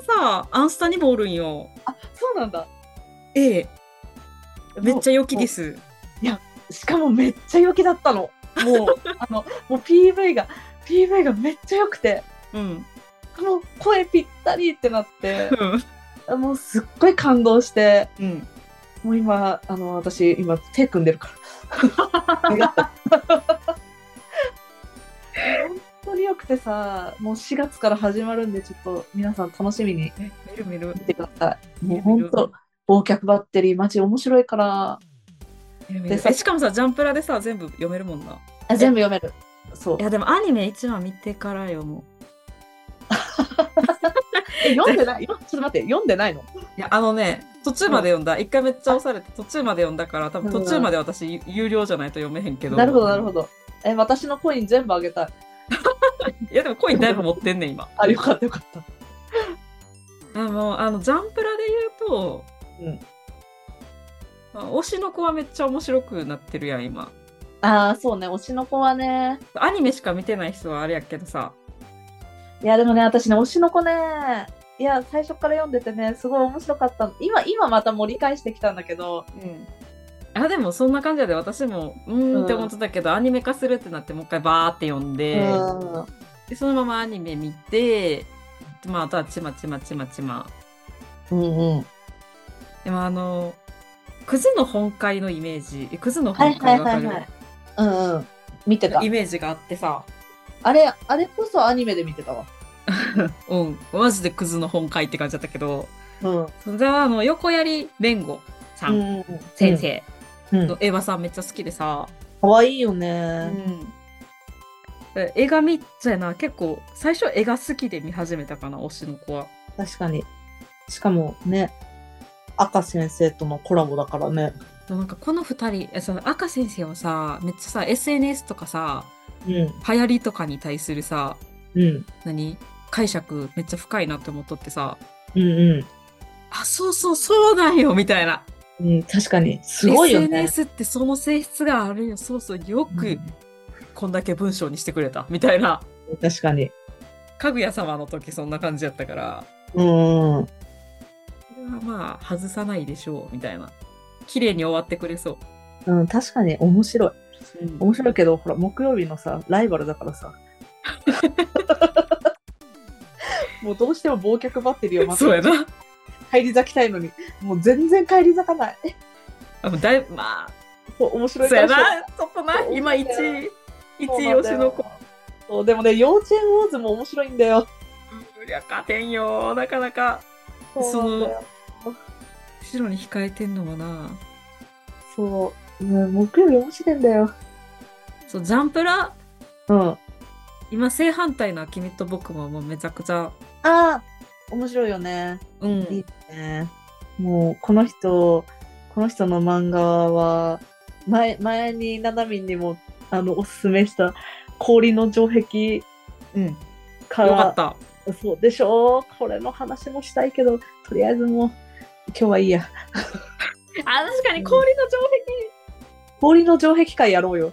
[SPEAKER 2] さんさアンスタにもおるんよ
[SPEAKER 1] そうなんだ
[SPEAKER 2] ええめっち
[SPEAKER 1] ゃ
[SPEAKER 2] ゃ良きです
[SPEAKER 1] しかもめっちゃ陽気だったのもう あのもう PV が PV がめっちゃ良くて
[SPEAKER 2] うん
[SPEAKER 1] もう声ぴったりってなって
[SPEAKER 2] うん
[SPEAKER 1] もうすっごい感動して
[SPEAKER 2] うん
[SPEAKER 1] もう今あの私今手組んでるからありが とう本当に良くてさもう4月から始まるんでちょっと皆さん楽しみに
[SPEAKER 2] え見る見る
[SPEAKER 1] 見てくださいもう本当忘却バッテリーマジ面白いから
[SPEAKER 2] 見る見
[SPEAKER 1] で
[SPEAKER 2] る
[SPEAKER 1] さ
[SPEAKER 2] えしかもさジャンプラでさ全部読めるもんな
[SPEAKER 1] あ全部読めるそう
[SPEAKER 2] いやでもアニメ一話見てからよもう
[SPEAKER 1] え読んでないよ ちょっと待って読んでないの
[SPEAKER 2] いやあのね途中まで読んだ一回めっちゃ押されて途中まで読んだから多分途中まで私ゆ有料じゃないと読めへんけど
[SPEAKER 1] なるほどなる
[SPEAKER 2] ど
[SPEAKER 1] ほどえ私のコイン全部あげたい
[SPEAKER 2] いやでもコインだいぶ持ってんねん 今
[SPEAKER 1] あよかったよかった
[SPEAKER 2] あのあのジャンプラで言うと、
[SPEAKER 1] うん
[SPEAKER 2] まあ推しの子はめっちゃ面白くなってるやん今
[SPEAKER 1] ああそうね推しの子はね
[SPEAKER 2] アニメしか見てない人はあれやけどさ
[SPEAKER 1] いやでもね私ね推しの子ねいや最初から読んでてねすごい面白かったの今今また盛り返してきたんだけど
[SPEAKER 2] うんあでもそんな感じやで私もうーんって思ってたけど、アニメ化するってなってもう一回バーって読ん
[SPEAKER 1] う
[SPEAKER 2] で、
[SPEAKER 1] ん
[SPEAKER 2] でそのままアニメ見てでまああとはちまちまちまちま
[SPEAKER 1] うんうん
[SPEAKER 2] でもあのクズの本会のイメージえクズの
[SPEAKER 1] は
[SPEAKER 2] 本
[SPEAKER 1] いは
[SPEAKER 2] 会
[SPEAKER 1] い
[SPEAKER 2] わ
[SPEAKER 1] は
[SPEAKER 2] か
[SPEAKER 1] い
[SPEAKER 2] る、
[SPEAKER 1] はいうんうん見てた
[SPEAKER 2] イメージがあってさ
[SPEAKER 1] あれあれこそアニメで見てたわ
[SPEAKER 2] うんマジでクズの本会って感じだったけど
[SPEAKER 1] うん
[SPEAKER 2] それはあの横槍弁護さん、
[SPEAKER 1] うん
[SPEAKER 2] 先生
[SPEAKER 1] うん
[SPEAKER 2] のエヴァさんめっちゃ好きでさ、
[SPEAKER 1] 可愛いよ
[SPEAKER 2] う
[SPEAKER 1] ね
[SPEAKER 2] ん映画見ちゃいな結構最初映画好きで見始めたかな推しの子は
[SPEAKER 1] 確かにしかもね赤先生とのコラボだからね
[SPEAKER 2] でもなんかこの2人えその赤先生はさめっちゃさ SNS とかさ
[SPEAKER 1] うん
[SPEAKER 2] 流行りとかに対するさ
[SPEAKER 1] うん
[SPEAKER 2] 何解釈めっちゃ深いなって思っとってさ
[SPEAKER 1] うんうん
[SPEAKER 2] あそうそうそうなんよみたいな
[SPEAKER 1] うん、確かにすごいよね。
[SPEAKER 2] SNS ってその性質があるよそうそうよくこんだけ文章にしてくれたみたいな
[SPEAKER 1] うん確かに。
[SPEAKER 2] かぐや様の時そんな感じやったから
[SPEAKER 1] うん。
[SPEAKER 2] これはまあ外さないでしょうみたいな綺麗に終わってくれそ
[SPEAKER 1] うん、確かに面白い。
[SPEAKER 2] う、うん
[SPEAKER 1] 面白いけど、ほら、木曜日のさ、ライバルだから さ。もうどうしても忘却バッテリーを待
[SPEAKER 2] そうや
[SPEAKER 1] って
[SPEAKER 2] な
[SPEAKER 1] 帰り咲きたいのに、もう全然帰り咲かない。
[SPEAKER 2] あもうだいまあ
[SPEAKER 1] そう面白い
[SPEAKER 2] そ
[SPEAKER 1] か
[SPEAKER 2] うや
[SPEAKER 1] らしょ
[SPEAKER 2] な
[SPEAKER 1] うがない
[SPEAKER 2] ちょっとな
[SPEAKER 1] そう
[SPEAKER 2] 今1位1位
[SPEAKER 1] そうなん
[SPEAKER 2] 推
[SPEAKER 1] だ
[SPEAKER 2] し
[SPEAKER 1] よ
[SPEAKER 2] の子
[SPEAKER 1] そうでもね、幼稚園ウォーズも面白いんだよ。
[SPEAKER 2] うんいや勝てんよなかなか
[SPEAKER 1] そうなんだよ。
[SPEAKER 2] 後ろに控えてんのもな
[SPEAKER 1] そう。うん、木曜日面白いんだよ。
[SPEAKER 2] そうジャンプラ
[SPEAKER 1] うん。あ
[SPEAKER 2] 今正反対な君と僕ももうめちゃくちゃ
[SPEAKER 1] あー、面白いよね。
[SPEAKER 2] うん
[SPEAKER 1] いいね。もうこの人この人の漫画は前前にななみんにもあのおすすめした氷の城壁
[SPEAKER 2] うんよ
[SPEAKER 1] か
[SPEAKER 2] かっ
[SPEAKER 1] ら
[SPEAKER 2] た
[SPEAKER 1] そうでしょこれの話もしたいけどとりあえずもう今日はいいや
[SPEAKER 2] あ確かに
[SPEAKER 1] 氷
[SPEAKER 2] の城
[SPEAKER 1] 氷の城壁会やろうよ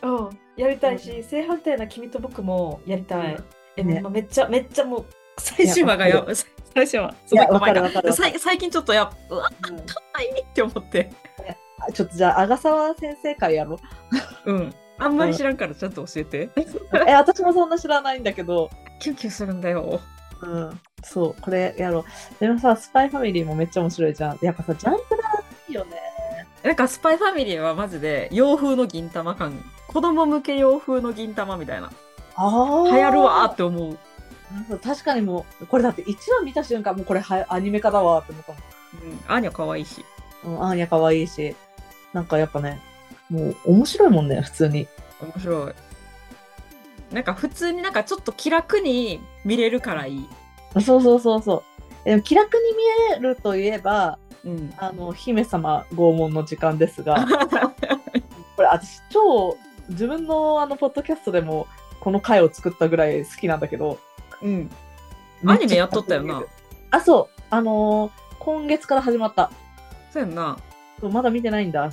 [SPEAKER 2] 壁うんやりたいし正反対な君と僕もやりたい、
[SPEAKER 1] うん
[SPEAKER 2] え
[SPEAKER 1] ね
[SPEAKER 2] もうめっちゃめっちゃもう最終話が
[SPEAKER 1] いや
[SPEAKER 2] や
[SPEAKER 1] わ
[SPEAKER 2] 最終話す
[SPEAKER 1] い
[SPEAKER 2] ごい
[SPEAKER 1] やわ
[SPEAKER 2] 怖
[SPEAKER 1] か
[SPEAKER 2] い
[SPEAKER 1] る
[SPEAKER 2] な
[SPEAKER 1] わかるわか
[SPEAKER 2] さい最近ちょっとやっうわ
[SPEAKER 1] る、うん
[SPEAKER 2] かいって思って
[SPEAKER 1] あちょっとじゃあ阿賀沢先生会やろう
[SPEAKER 2] うんあんまり知らんからちゃんと教えて
[SPEAKER 1] え私もそんな知らないんだけど
[SPEAKER 2] キュンキュンするんだよ
[SPEAKER 1] うんそうこれやろうでもさスパイファミリーもめっちゃ面白いじゃんやっぱさジャンプラーいいよね
[SPEAKER 2] なんかスパイファミリーはマジで洋風の銀玉感子供向け洋風の銀玉みたいな
[SPEAKER 1] あ
[SPEAKER 2] 流行るわー
[SPEAKER 1] ー
[SPEAKER 2] って思う
[SPEAKER 1] なんか確かにもうこれだって1話見た瞬間もうこれはアニメ化だわって思った
[SPEAKER 2] うんアーニャ可愛いし
[SPEAKER 1] もん、うん、あんや可愛いしなんかやっぱねもう面白いもんね普通に
[SPEAKER 2] 面白いなんか普通になんかちょっと気楽に見れるからいい
[SPEAKER 1] そうそうそうそうえでも気楽に見えるといえば
[SPEAKER 2] うん
[SPEAKER 1] あの姫様拷問の時間です がこれ私超自分のあのポッドキャストでもこの回を作ったぐらい好きなんだけど
[SPEAKER 2] うんアニメやっとったよな
[SPEAKER 1] あそうあのー今月から始まった
[SPEAKER 2] そうやんな
[SPEAKER 1] そうまだ見てないんだ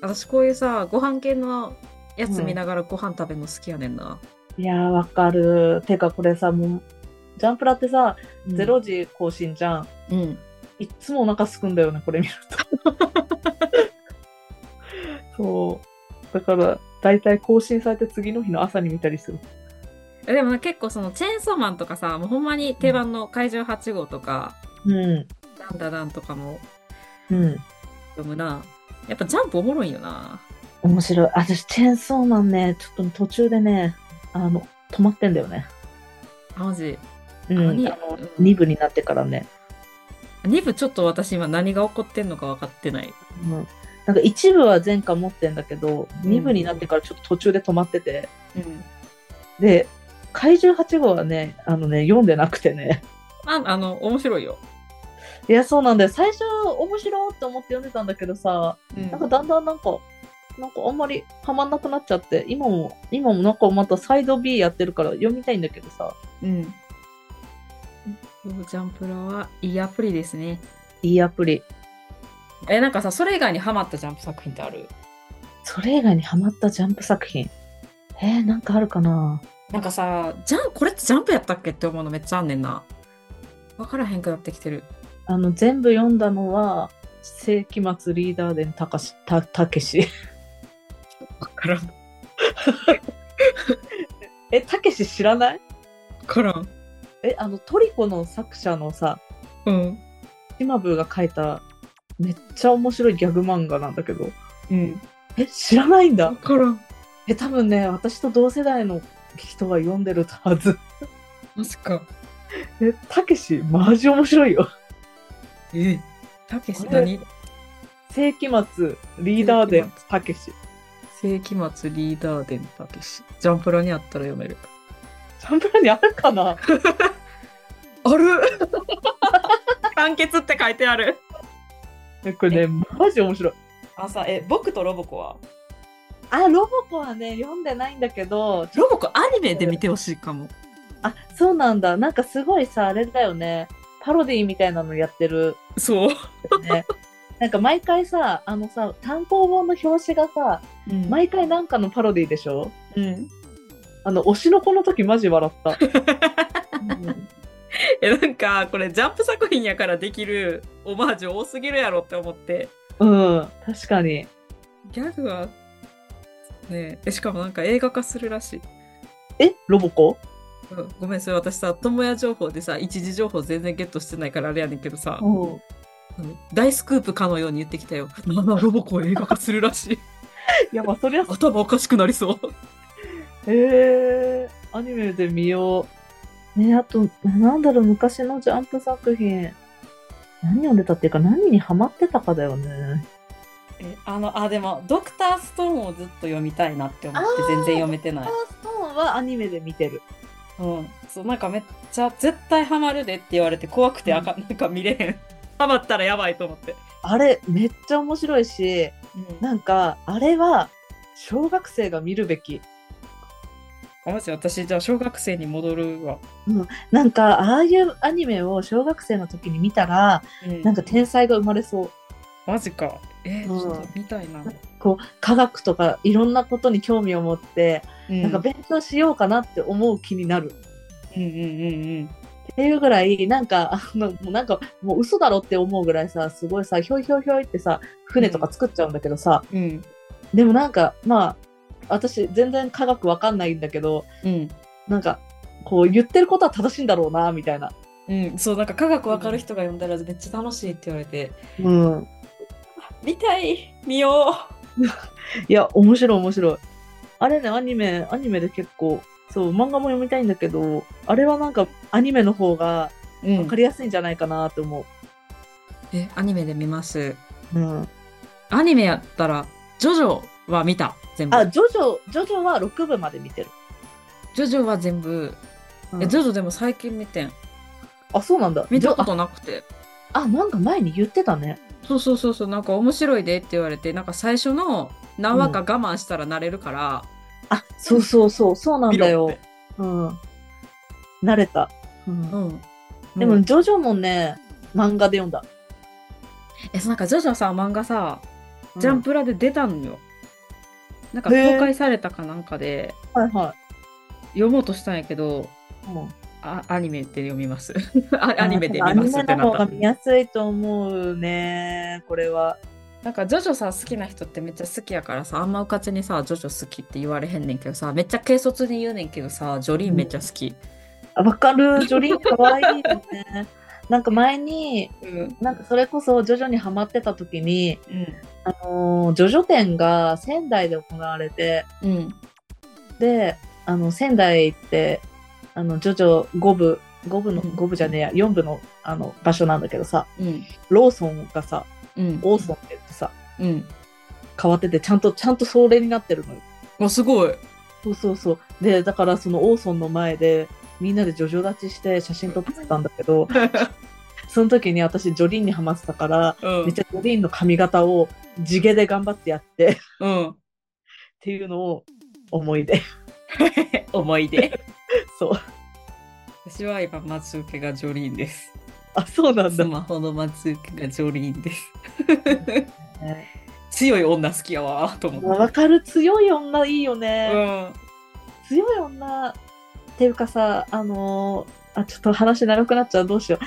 [SPEAKER 2] 私こういうさご飯系のやつ見ながらご飯食べるの好きやねんな、
[SPEAKER 1] いやーわかるてかこれさもうジャンプラってさ0時更新じゃん、
[SPEAKER 2] うん
[SPEAKER 1] いっつもお腹すくんだよねこれ見る とそうだからだいたい更新されて次の日の朝に見たりする
[SPEAKER 2] えでも結構そのチェーンソーマンとかさもうほんまに定番の怪獣8号とか、
[SPEAKER 1] うん
[SPEAKER 2] ダンダダンとかも
[SPEAKER 1] うん
[SPEAKER 2] 読むなやっぱジャンプおもろいよな
[SPEAKER 1] 面白いあ私チェーンソーマンねちょっと途中でねあの止まってんだよね
[SPEAKER 2] マジ
[SPEAKER 1] う
[SPEAKER 2] あの
[SPEAKER 1] ん
[SPEAKER 2] に
[SPEAKER 1] あの
[SPEAKER 2] うん
[SPEAKER 1] 2部になってからね、
[SPEAKER 2] 2部ちょっと私今何が起こってんのか分かってない
[SPEAKER 1] うん、なんか1部は前回持ってんだけど
[SPEAKER 2] うん
[SPEAKER 1] 2部になってからちょっと途中で止まってて
[SPEAKER 2] うん
[SPEAKER 1] で怪獣8号はねあのね読んでなくてね
[SPEAKER 2] ああの面白いよ、
[SPEAKER 1] いやそうなんだよ最初面白いって思って読んでたんだけどさ
[SPEAKER 2] うん
[SPEAKER 1] なんかだんだんなんかなんかあんまりハマんなくなっちゃって今も今もなんかまたサイド B やってるから読みたいんだけどさ
[SPEAKER 2] うんそうジャンプラはいいアプリですね
[SPEAKER 1] いいアプリ
[SPEAKER 2] えなんかさそれ以外にハマったジャンプ作品ってある
[SPEAKER 1] それ以外にハマったジャンプ作品えー、なんかあるかな
[SPEAKER 2] なんかさジャンこれってジャンプやったっけって思うのめっちゃあんねんな分からへんくなってきてる
[SPEAKER 1] あの全部読んだのは世紀末リーダー伝たかしたたけし
[SPEAKER 2] 分からん分
[SPEAKER 1] えたけし知らない
[SPEAKER 2] からん
[SPEAKER 1] えあのトリコの作者のさ
[SPEAKER 2] うん
[SPEAKER 1] 島ブが書いためっちゃ面白いギャグ漫画なんだけど
[SPEAKER 2] うん
[SPEAKER 1] え知らないんだ
[SPEAKER 2] 分からん
[SPEAKER 1] え多分ね私と同世代の人は読んでるはず
[SPEAKER 2] マジか
[SPEAKER 1] えたけしマジ面白いよ
[SPEAKER 2] えたけし
[SPEAKER 1] これ
[SPEAKER 2] 何
[SPEAKER 1] 世紀末リーダー
[SPEAKER 2] 世紀
[SPEAKER 1] 伝たけしジ
[SPEAKER 2] 世紀末リーダー伝たけしジャンプラにあったら読める
[SPEAKER 1] ャンプラにあるかな
[SPEAKER 2] ある 完結って書いてある
[SPEAKER 1] えこれねマジ面白い
[SPEAKER 2] あさえ僕とロボコは
[SPEAKER 1] あロボコはね読んでないんだけど
[SPEAKER 2] ロボコアニメで見てほしいかも
[SPEAKER 1] あそうなんだなんかすごいさあれだよねパロディみたいなのやってる
[SPEAKER 2] そう、
[SPEAKER 1] よ ねなんか毎回さあのさ単行本の表紙がさ毎回なんかのパロディでしょ
[SPEAKER 2] うん、
[SPEAKER 1] あの推しの子の時マジ笑った、うん
[SPEAKER 2] えなんかこれジャンプ作品やからできるオマージュ多すぎるやろって思って
[SPEAKER 1] うん、確かに。
[SPEAKER 2] ギャグはねえしかもなんか映画化するらしい、
[SPEAKER 1] え、ロボコ
[SPEAKER 2] うん、ごめんそれ私さ友也情報でさ一時情報全然ゲットしてないからあれやねんけどさ、
[SPEAKER 1] うん。
[SPEAKER 2] あの大スクープかのように言ってきたよ「なんだロボコを映画化するらしい
[SPEAKER 1] いや、まあ、そりゃ、
[SPEAKER 2] 頭おかしくなりそう」
[SPEAKER 1] えー、アニメで見よう。ね、あと、なんだろう、昔のジャンプ作品。何読んでたっていうか、何にハマってたかだよね。
[SPEAKER 2] えあのあでも「ドクターストーン」をずっと読みたいなって思って
[SPEAKER 1] あー
[SPEAKER 2] 全然読めてな
[SPEAKER 1] フ
[SPEAKER 2] い
[SPEAKER 1] ァ、ーストーンはアニメで見てる。
[SPEAKER 2] うん、そうなんかめっちゃ絶対ハマるでって言われて怖くてあかんなんか見れへんハマったらやばいと思って、
[SPEAKER 1] あれ、めっちゃ面白いし、なんか、あれは、小学生が見るべき。
[SPEAKER 2] あマジ私じゃあ小学生に戻るわ、
[SPEAKER 1] なんか、ああいうアニメを小学生の時に見たら、
[SPEAKER 2] うん
[SPEAKER 1] なんか天才が生まれそう。
[SPEAKER 2] マジかえー
[SPEAKER 1] うん
[SPEAKER 2] ちょっと見たいな、
[SPEAKER 1] こう科学とかいろんなことに興味を持って、
[SPEAKER 2] うん、
[SPEAKER 1] なんか勉強しようかなって思う気になる
[SPEAKER 2] うんうんうん
[SPEAKER 1] っていうぐらいなんかあのもうなんかもう嘘だろって思うぐらいさすごいさひょいひょいひょいってさ船とか作っちゃうんだけどさ、
[SPEAKER 2] うんうん
[SPEAKER 1] でもなんかまあ私全然科学わかんないんだけど
[SPEAKER 2] うん
[SPEAKER 1] なんかこう言ってることは正しいんだろうなみたいな。
[SPEAKER 2] うん、そうなんか科学わかる人が読んだらめっちゃ楽しいって言われて、
[SPEAKER 1] うん、
[SPEAKER 2] 見たい見よ
[SPEAKER 1] いや面白い面白い。あれねアニメアニメで結構そう漫画も読みたいんだけどあれはなんかアニメの方が
[SPEAKER 2] う、うん
[SPEAKER 1] 分かりやすいんじゃないかなと思
[SPEAKER 2] えアニメで見ます
[SPEAKER 1] う。うん、
[SPEAKER 2] アニメやったら「ジョジョ」は見た全部
[SPEAKER 1] あ、ジョジョ、ジョジョは6部まで見てる。
[SPEAKER 2] ジョジョは全部、
[SPEAKER 1] うん
[SPEAKER 2] えジョジョでも最近見てん
[SPEAKER 1] あ、そうなんだ。
[SPEAKER 2] 見
[SPEAKER 1] ジ
[SPEAKER 2] た
[SPEAKER 1] ョ
[SPEAKER 2] ことなくて
[SPEAKER 1] ああ、なんか前に言ってたね。
[SPEAKER 2] そうそうそうそうなんか面白いでって言われてなんか最初の何話か我慢したらなれるから、
[SPEAKER 1] あ、そうそうそう、そうなんだ
[SPEAKER 2] 見ろ
[SPEAKER 1] よ
[SPEAKER 2] っ。
[SPEAKER 1] うん。慣れた。うん
[SPEAKER 2] うん
[SPEAKER 1] でも、ジョジョもね、漫画で読んだ。
[SPEAKER 2] えそうなんかジョジョさ漫画さジャンプラで出たのよ。なんか公開されたかなんかで
[SPEAKER 1] はいは
[SPEAKER 2] 読もうとしたんやけど、
[SPEAKER 1] い。もう
[SPEAKER 2] あアニメって読みます。 あアニメで見ますって
[SPEAKER 1] アニメの
[SPEAKER 2] な
[SPEAKER 1] 方
[SPEAKER 2] っ
[SPEAKER 1] が
[SPEAKER 2] た。
[SPEAKER 1] 見やすいと思うね、これは。
[SPEAKER 2] なんかジョジョさ好きな人ってめっちゃ好きやからさあんまうかちにさジョジョ好きって言われへんねんけどさめっちゃ軽率に言うねんけどさジョリーンめっちゃ好き。
[SPEAKER 1] あわかる、ジョリンかわいいよね。なんか前に、
[SPEAKER 2] うん。
[SPEAKER 1] なんかそれこそジョジョにハマってた時に、
[SPEAKER 2] うん。
[SPEAKER 1] あのージョジョ展が仙台で行われて、
[SPEAKER 2] うん。
[SPEAKER 1] で、あの、仙台って、あの、ジョジョ5部、5部の、
[SPEAKER 2] うん
[SPEAKER 1] 5部じゃねえや、4部の、あの、場所なんだけどさ、
[SPEAKER 2] うん。
[SPEAKER 1] ローソンがさ、
[SPEAKER 2] うん。
[SPEAKER 1] オーソンって言ってさ、
[SPEAKER 2] うん。
[SPEAKER 1] 変わってて、ちゃんと、ちゃんとそれになってるのよ。
[SPEAKER 2] あすご い。
[SPEAKER 1] そうそうそう。で、だからそのオーソンの前で、みんなでジョジョ立ちして写真撮ってたんだけど、その時に私、ジョリンにハマってたから、
[SPEAKER 2] うん
[SPEAKER 1] めっちゃジョリンの髪型を地毛で頑張ってやって、っ
[SPEAKER 2] うん。
[SPEAKER 1] ていうのを思い出。
[SPEAKER 2] 思い出。
[SPEAKER 1] そう。
[SPEAKER 2] 私は今待ち受けがジョリーンです。
[SPEAKER 1] あ、そうなん
[SPEAKER 2] ス
[SPEAKER 1] だ。
[SPEAKER 2] マホの待ち受けがジョリーンです。
[SPEAKER 1] ね
[SPEAKER 2] 強い女好きやわーと思って。
[SPEAKER 1] わかる、強い女いいよね。
[SPEAKER 2] うん。
[SPEAKER 1] 強い女っていうかさあのーあちょっと話長くなっちゃうどうしよ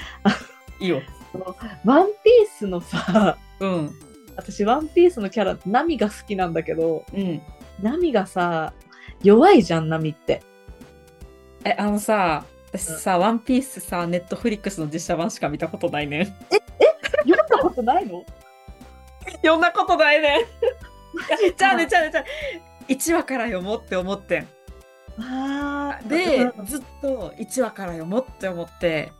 [SPEAKER 2] いいよ。
[SPEAKER 1] う「ワンピースのさ
[SPEAKER 2] うん。
[SPEAKER 1] 私「ワンピースのキャラナミが好きなんだけど
[SPEAKER 2] うん。
[SPEAKER 1] ナミがさ弱いじゃんナミって
[SPEAKER 2] え、あのさ、私さ、ワンピースさ、ネットフリックスの実写版しか見たことないねん。
[SPEAKER 1] 読んだことないの
[SPEAKER 2] 読んだことないねん。じゃあね、
[SPEAKER 1] か
[SPEAKER 2] じゃあね、じゃあね。1話から読もうって思ってん。
[SPEAKER 1] あー
[SPEAKER 2] で
[SPEAKER 1] う、ん
[SPEAKER 2] ずっと1話から読もうって思って、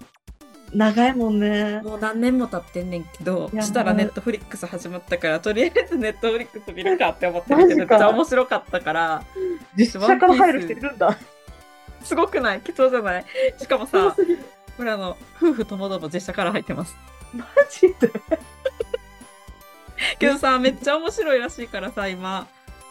[SPEAKER 1] 長いもんね
[SPEAKER 2] もう何年も経ってんねんけど、
[SPEAKER 1] いや
[SPEAKER 2] したら
[SPEAKER 1] もう
[SPEAKER 2] ネットフリックス始まったから、とりあえずネットフリックス見るかって思ってみて、め
[SPEAKER 1] マ
[SPEAKER 2] っ
[SPEAKER 1] ジ
[SPEAKER 2] ち
[SPEAKER 1] か
[SPEAKER 2] ゃ面白かったから、
[SPEAKER 1] 実写から入る人いるんだ
[SPEAKER 2] すごくない貴重じゃないしかも
[SPEAKER 1] 強
[SPEAKER 2] さ、
[SPEAKER 1] すぎる
[SPEAKER 2] これあの、夫婦ともども実写から入ってます。
[SPEAKER 1] マジで
[SPEAKER 2] けどさ、めっちゃ面白いらしいからさ、今。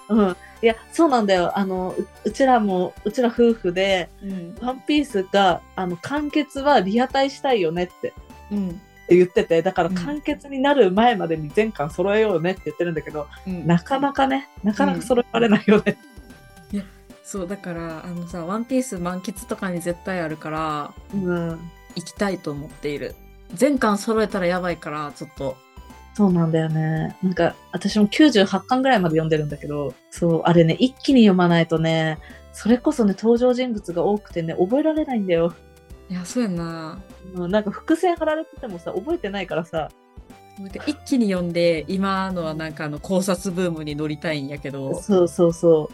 [SPEAKER 1] うんいやそうなんだよあのううちらもうちら夫婦で
[SPEAKER 2] うん
[SPEAKER 1] 「ワンピースがあの完結はリアタイしたいよねって
[SPEAKER 2] うん
[SPEAKER 1] って言っててだから
[SPEAKER 2] うん
[SPEAKER 1] 完結になる前までに全巻揃えようねって言ってるんだけど、
[SPEAKER 2] うん
[SPEAKER 1] なかなかねなかなか揃えられないよね、
[SPEAKER 2] そうだからあのさ「ワンピース満喫とかに絶対あるから
[SPEAKER 1] うん
[SPEAKER 2] 行きたいと思っている全巻揃えたらやばいからちょっと
[SPEAKER 1] そうなんだよねなんか私も98巻ぐらいまで読んでるんだけどそうあれね一気に読まないとねそれこそね登場人物が多くてね覚えられないんだよ、
[SPEAKER 2] いやそうやな
[SPEAKER 1] うん、なんか伏線貼られててもさ覚えてないからさ
[SPEAKER 2] で一気に読んで今のはなんかあの考察ブームに乗りたいんやけど
[SPEAKER 1] そうそうそ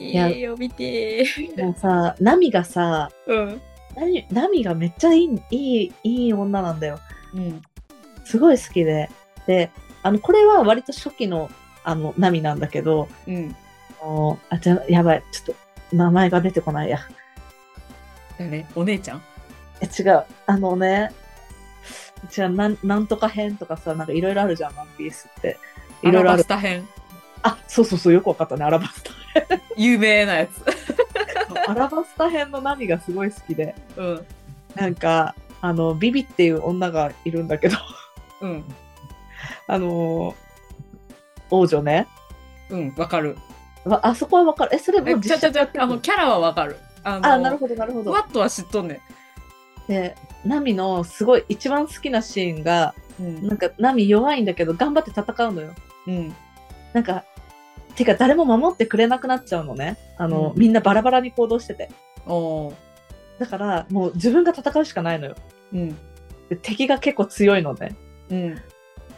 [SPEAKER 2] い
[SPEAKER 1] や
[SPEAKER 2] いよ見て
[SPEAKER 1] うもうさナミがさ
[SPEAKER 2] うん
[SPEAKER 1] ナミナミがめっちゃいいいいいい女なんだよ
[SPEAKER 2] うん
[SPEAKER 1] すごい好きで。で、あの、これは割と初期の、あの、ナミなんだけど、
[SPEAKER 2] うん
[SPEAKER 1] あのあ、じゃ、やばい、ちょっと、名前が出てこないや。
[SPEAKER 2] 誰お姉ちゃん
[SPEAKER 1] え、違う。あのね、違う、なん、なんとか編とかさ、なんかいろいろあるじゃん、ワンピースって。いろいろあ
[SPEAKER 2] アラバ
[SPEAKER 1] る
[SPEAKER 2] ス。タ編
[SPEAKER 1] あ、そうそうそう、よくわかったね、アラバス
[SPEAKER 2] 有名なやつ
[SPEAKER 1] タ。 アラバスタ編のナミがすごい好きで、
[SPEAKER 2] うん
[SPEAKER 1] なんか、あの、ビビっていう女がいるんだけど、
[SPEAKER 2] うん
[SPEAKER 1] あの王女ね。
[SPEAKER 2] うんわかる
[SPEAKER 1] わあそこはわかる。え、それも
[SPEAKER 2] え
[SPEAKER 1] う
[SPEAKER 2] ちゃ
[SPEAKER 1] 実
[SPEAKER 2] ち
[SPEAKER 1] 写
[SPEAKER 2] ゃちゃあのキャラはわかるあ
[SPEAKER 1] あ、なるほど、なるほ
[SPEAKER 2] ふ
[SPEAKER 1] ど
[SPEAKER 2] わ。っとは知っとんね
[SPEAKER 1] でナミのすごい一番好きなシーンが
[SPEAKER 2] んうん
[SPEAKER 1] なんかナミ弱いんだけど頑張って戦うのよ
[SPEAKER 2] うん
[SPEAKER 1] なんかてか誰も守ってくれなくなっちゃうのねあの、
[SPEAKER 2] うん
[SPEAKER 1] みんなバラバラに行動してて
[SPEAKER 2] おー
[SPEAKER 1] だからもう自分が戦うしかないのよ
[SPEAKER 2] うん
[SPEAKER 1] で敵が結構強いのね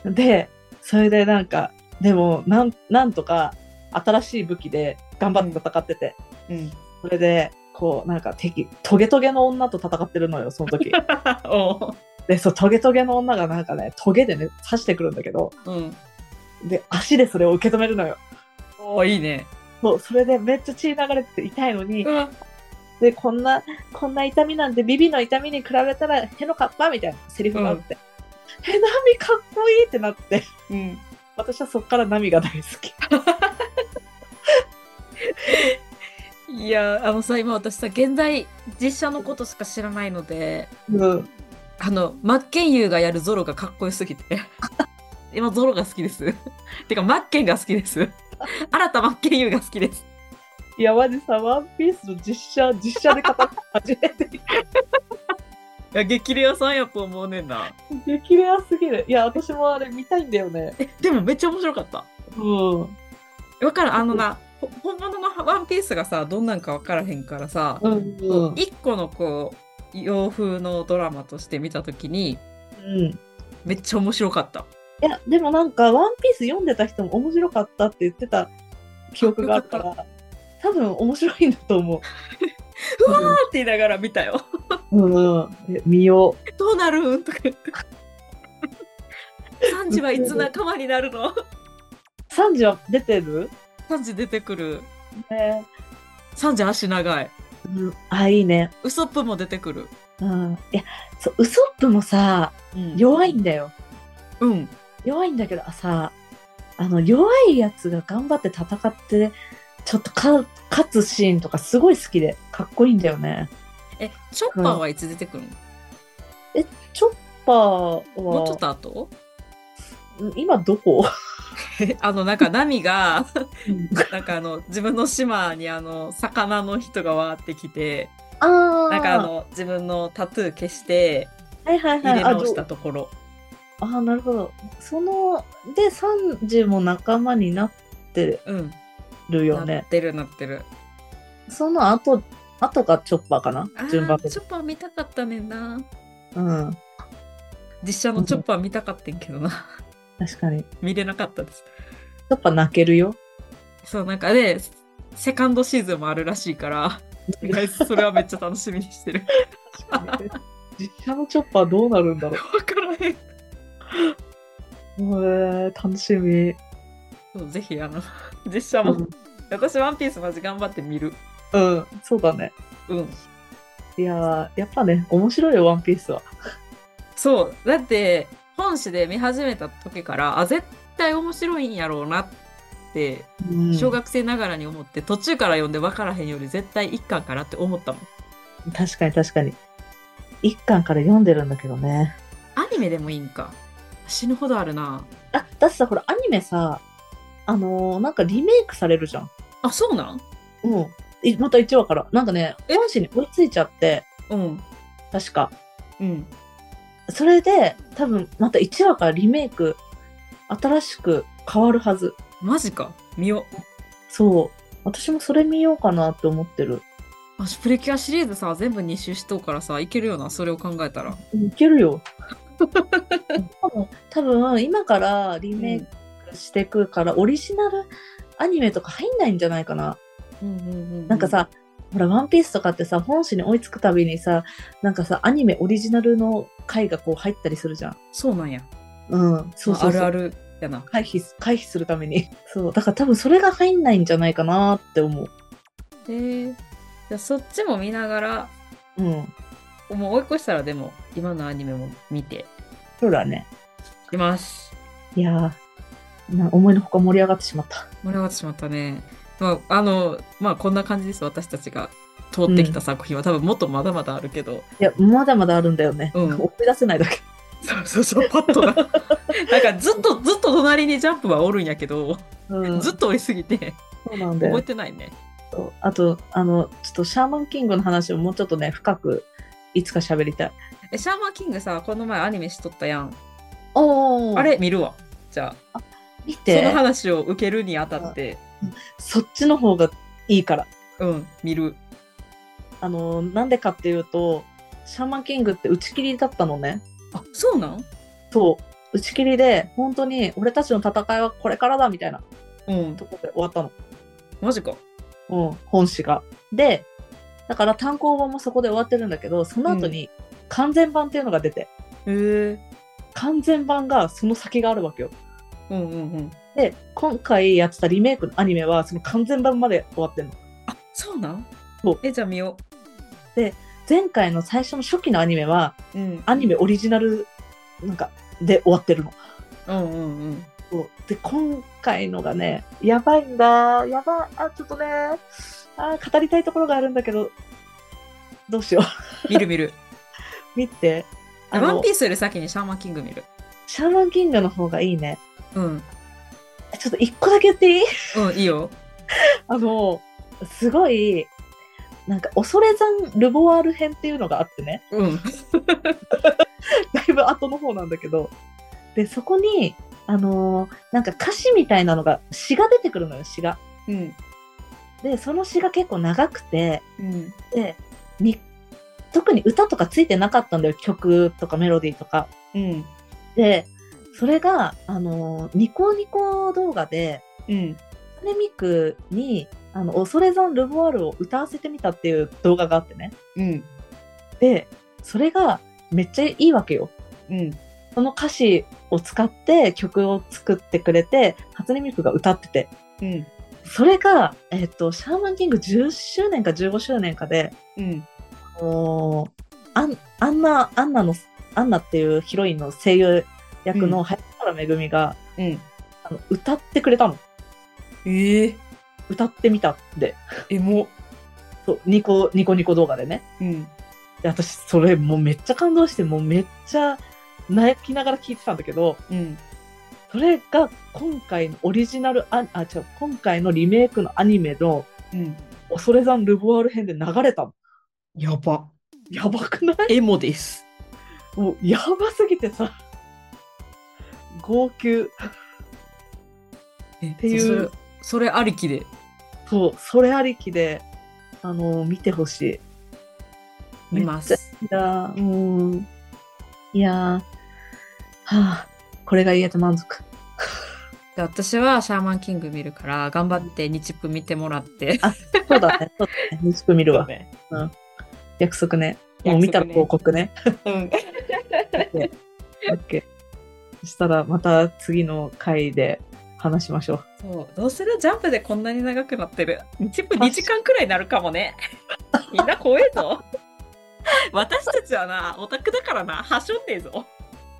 [SPEAKER 2] うん
[SPEAKER 1] でそれでなんかでもなんなんとか新しい武器で頑張って戦ってて、
[SPEAKER 2] うん
[SPEAKER 1] それでこうなんか敵トゲトゲの女と戦ってるのよその時
[SPEAKER 2] お
[SPEAKER 1] でそうトゲトゲの女がなんかねトゲでね刺してくるんだけど
[SPEAKER 2] うん
[SPEAKER 1] で足でそれを受け止めるのよ
[SPEAKER 2] おいいね
[SPEAKER 1] そうそれでめっちゃ血流れてて痛いのに、
[SPEAKER 2] わ
[SPEAKER 1] でこんなこんな痛みなんてビビの痛みに比べたらへのかっぱみたいなセリフがあって、へなみかっこいいってなって
[SPEAKER 2] うん
[SPEAKER 1] 私はそっからナミが大好き
[SPEAKER 2] いやあのさ今私さ現在実写のことしか知らないので
[SPEAKER 1] うん
[SPEAKER 2] あの真剣佑がやるゾロがかっこよすぎて い今ゾロが好きです。 てかマッケンが好きです。 新田マッケンユーが好きです。
[SPEAKER 1] いや、マジさ、ワンピースの実写、実写で語った初めて。
[SPEAKER 2] いや激レアさんやと思うねんな。
[SPEAKER 1] 激レアすぎる。いや、私もあれ見たいんだよね。
[SPEAKER 2] でもめっちゃ面白かった。
[SPEAKER 1] うん。
[SPEAKER 2] わかるあのな、ほ本物のワンピースがさ、どんなんかわからへんからさ、
[SPEAKER 1] うん、うん。
[SPEAKER 2] 一個のこう、洋風のドラマとして見たときに、
[SPEAKER 1] うん
[SPEAKER 2] めっちゃ面白かった。
[SPEAKER 1] いや、でもなんか、ワンピース読んでた人も面白かったって言ってた記憶があったから、多分面白いんだと 思
[SPEAKER 2] うわーって言いながら見たよ。
[SPEAKER 1] う。うんうん。え見よう。
[SPEAKER 2] どうなるん とか言って。サンジはいつ仲間になるの
[SPEAKER 1] サンジは出てる
[SPEAKER 2] サンジ出てくる。
[SPEAKER 1] ね、
[SPEAKER 2] サンジ足長い。
[SPEAKER 1] うん、あ、いいね。
[SPEAKER 2] ウソップも出てくる。
[SPEAKER 1] うん。いや、そう、ウソップもさ、
[SPEAKER 2] うん
[SPEAKER 1] 弱いんだよ。
[SPEAKER 2] うん。
[SPEAKER 1] 弱いんだけど、あさ、あの、弱いやつが頑張って戦って、ちょっとか勝つシーンとかすごい好きで、かっこいいんだよね。
[SPEAKER 2] え、チョッパーはいつ出てくるの、
[SPEAKER 1] チョッパー
[SPEAKER 2] もうちょっ
[SPEAKER 1] は、
[SPEAKER 2] と後
[SPEAKER 1] 今どこ
[SPEAKER 2] あの、なんか、ナミが、
[SPEAKER 1] うん
[SPEAKER 2] なんかあの、自分の島にあの、魚の人がわーってきて、
[SPEAKER 1] あー
[SPEAKER 2] なんかあ、の、自分のタトゥー消して、
[SPEAKER 1] はいはいは
[SPEAKER 2] 入
[SPEAKER 1] い。
[SPEAKER 2] れ
[SPEAKER 1] あ
[SPEAKER 2] 直したところ。
[SPEAKER 1] ああ、なるほど。その、で、サンジも仲間になって
[SPEAKER 2] うん。
[SPEAKER 1] るよ
[SPEAKER 2] な
[SPEAKER 1] ね
[SPEAKER 2] っ。てるなってる。
[SPEAKER 1] その後、後がチョッパーかな
[SPEAKER 2] あー
[SPEAKER 1] 順番で
[SPEAKER 2] チ。ョッパー見たかったねんな。
[SPEAKER 1] うん。
[SPEAKER 2] 実写のチョッパー見たかってんけどな。
[SPEAKER 1] 確かに。チ
[SPEAKER 2] 見れなかったです。
[SPEAKER 1] ョッパー泣け るよ。
[SPEAKER 2] そう、なんかで、セカンドシーズンもあるらしいから、とりあえずそれはめっちゃ楽しみにし てる。
[SPEAKER 1] 実写のチョッパーどうなるんだろ
[SPEAKER 2] わからへん。
[SPEAKER 1] う。へえ楽しみ。
[SPEAKER 2] そうぜひ、あの、実写も。私、ワンピースマジ頑張って見る。
[SPEAKER 1] うん、そうだね。
[SPEAKER 2] うん。
[SPEAKER 1] いやーやっぱね、面白いよ、ワンピースは。
[SPEAKER 2] そう。だって、本誌で見始めた時から、あ、絶対面白いんやろうなって、
[SPEAKER 1] うん
[SPEAKER 2] 小学生ながらに思って、途中から読んで分からへんより絶対一巻からって思ったもん。
[SPEAKER 1] 確かに確かに。一巻から読んでるんだけどね。
[SPEAKER 2] アニメでもいいんか。死ぬほどあるな。
[SPEAKER 1] あ、だってさ、ほら、アニメさ、あのーなんかリメイクされるじゃん。
[SPEAKER 2] あ、そうなん
[SPEAKER 1] うん。いまた1話から。なんかね、
[SPEAKER 2] え
[SPEAKER 1] 本誌に追いついちゃって、
[SPEAKER 2] うん。
[SPEAKER 1] 確か。
[SPEAKER 2] うん。
[SPEAKER 1] それで、多分また1話からリメイク、新しく変わるはず。
[SPEAKER 2] マジか。見よう。
[SPEAKER 1] そう。私もそれ見ようかなって思ってる。
[SPEAKER 2] あプリキュアシリーズさ全部2周しとうからさいけるよなそれを考えたら
[SPEAKER 1] いける よ。多分多分今からリメイクしてくから、オリジナルアニメとか入んないんじゃないかな。なんかさ、ほら、ワンピースとかってさ、本誌に追いつくたびにさ、なんかさ、アニメオリジナルの回がこう入ったりするじゃん。
[SPEAKER 2] そうなんや
[SPEAKER 1] うん、そうそうそう。
[SPEAKER 2] あるあるやな
[SPEAKER 1] 回避す回避するために そうだから多分それが入んないんじゃないかなって思う
[SPEAKER 2] へえじゃあそっちも見ながら
[SPEAKER 1] うん
[SPEAKER 2] もう追い越したらでも今のアニメも見て
[SPEAKER 1] そうだね
[SPEAKER 2] います
[SPEAKER 1] いやーな思いのほか盛り上がってしまった
[SPEAKER 2] 盛り上がってしまったねまああのまあこんな感じです私たちが通ってきた作品は、多分もっとまだまだあるけど
[SPEAKER 1] いやまだまだあるんだよね、
[SPEAKER 2] うん
[SPEAKER 1] 思い出せないだけ
[SPEAKER 2] そうそうそうパッ とななんかずっとずっと隣にジャンプはおるんやけど、
[SPEAKER 1] うん
[SPEAKER 2] ずっと追いすぎて
[SPEAKER 1] そうなんだ
[SPEAKER 2] 覚え
[SPEAKER 1] よ
[SPEAKER 2] てないね
[SPEAKER 1] そうあとあのちょっとシャーマンキングの話をもうちょっとね深くいつか喋りたい
[SPEAKER 2] えシャーマンキングさこの前アニメしとったやん
[SPEAKER 1] お
[SPEAKER 2] あれ見るわ。じゃあ、
[SPEAKER 1] 見
[SPEAKER 2] その
[SPEAKER 1] て
[SPEAKER 2] 話を受けるにあたって、
[SPEAKER 1] そっちの方がいいから
[SPEAKER 2] うん、見る。
[SPEAKER 1] あのなんでかっていうとシャーマンキングって打ち切りだったのね
[SPEAKER 2] あ、そうなん
[SPEAKER 1] そう打ち切りで本当に俺たちの戦いはこれからだみたいな
[SPEAKER 2] うん
[SPEAKER 1] と、こで終わったの、
[SPEAKER 2] マジか。
[SPEAKER 1] うん、本誌が。でだから単行本もそこで終わってるんだけどその後に完全版っていうのが出て、
[SPEAKER 2] へえ。
[SPEAKER 1] 完全版がその先があるわけよ。
[SPEAKER 2] うんうんうん。
[SPEAKER 1] で今回やってたリメイクのアニメはその完全版まで終わってるの。
[SPEAKER 2] あ、そうなん
[SPEAKER 1] そう
[SPEAKER 2] え、じゃあ見よ
[SPEAKER 1] 前回の最初の初期のアニメは
[SPEAKER 2] う。うん。
[SPEAKER 1] アニメオリジナルなんかで終わってるの。
[SPEAKER 2] うんうんうん。
[SPEAKER 1] そうで今回のがねやばいんだやばいあちょっとねあ語りたいところがあるんだけどどうしよう
[SPEAKER 2] 見る見る。
[SPEAKER 1] 見て。
[SPEAKER 2] あ
[SPEAKER 1] の
[SPEAKER 2] ワンピースより先にシャーマンキング見る。
[SPEAKER 1] シャーマンキングの方がいいね。
[SPEAKER 2] うん。
[SPEAKER 1] えちょっと一個だけ言っていい
[SPEAKER 2] うん、いいよ。
[SPEAKER 1] あの、すごい、なんか、恐山ルボワール編っていうのがあってね、
[SPEAKER 2] うん。
[SPEAKER 1] だいぶ後の方なんだけど、で、そこに、あのーなんか歌詞みたいなのが、詩が出てくるのよ、詩が。
[SPEAKER 2] うん。
[SPEAKER 1] で、その詩が結構長くて、
[SPEAKER 2] うん。
[SPEAKER 1] で、み特に歌とかついてなかったんだよ、曲とかメロディーとか。
[SPEAKER 2] うん。
[SPEAKER 1] で、それが、あのーニコニコ動画で、
[SPEAKER 2] うん。
[SPEAKER 1] カネミクに、あの、恐れ山ルボワールを歌わせてみたっていう動画があってね。
[SPEAKER 2] うん。
[SPEAKER 1] で、それがめっちゃいいわけよ。
[SPEAKER 2] うん。
[SPEAKER 1] その歌詞を使って曲を作ってくれて、初音ミクが歌ってて。
[SPEAKER 2] うん。
[SPEAKER 1] それが、えっ、と、シャーマンキング10周年か15周年かで、
[SPEAKER 2] うん。
[SPEAKER 1] もう、あん、あんな、アンナの、アンナっていうヒロインの声優役の林原めぐみが、
[SPEAKER 2] うん。
[SPEAKER 1] あの歌ってくれたの。
[SPEAKER 2] ええ
[SPEAKER 1] 歌ってみたって。
[SPEAKER 2] エモ。
[SPEAKER 1] そう、ニコ、ニコニコ動画でね。
[SPEAKER 2] うん。
[SPEAKER 1] で私それもうめっちゃ感動してもうめっちゃ泣きながら聞いてたんだけど
[SPEAKER 2] うん。
[SPEAKER 1] それが今回のオリジナルアあ違う今回のリメイクのアニメの
[SPEAKER 2] うん。
[SPEAKER 1] 「恐れ山ルボワール編」で流れたの
[SPEAKER 2] やば。
[SPEAKER 1] やばくない
[SPEAKER 2] エモです。
[SPEAKER 1] もうやばすぎてさ号泣
[SPEAKER 2] って
[SPEAKER 1] いう
[SPEAKER 2] それそれありきで。
[SPEAKER 1] そうそれありきであの見てほしい
[SPEAKER 2] 見ます。
[SPEAKER 1] めっちゃいいなうんいやーはあこれが言えて満足
[SPEAKER 2] で私はシャーマンキング見るから、頑張って日プ見てもらって。
[SPEAKER 1] そうだねそうだね美しく見るわ
[SPEAKER 2] ね。
[SPEAKER 1] 約束ね。もう見たら報告ね。
[SPEAKER 2] うん。
[SPEAKER 1] オッケーそしたらまた次の回で話しましょう。
[SPEAKER 2] そう。どうするジャンプでこんなに長くなってる。日プ
[SPEAKER 1] 確 かに
[SPEAKER 2] 2時間くらいになるかもね。みんな怖え ぞ。私たちはな、オタクだからな、はしょんねえぞ。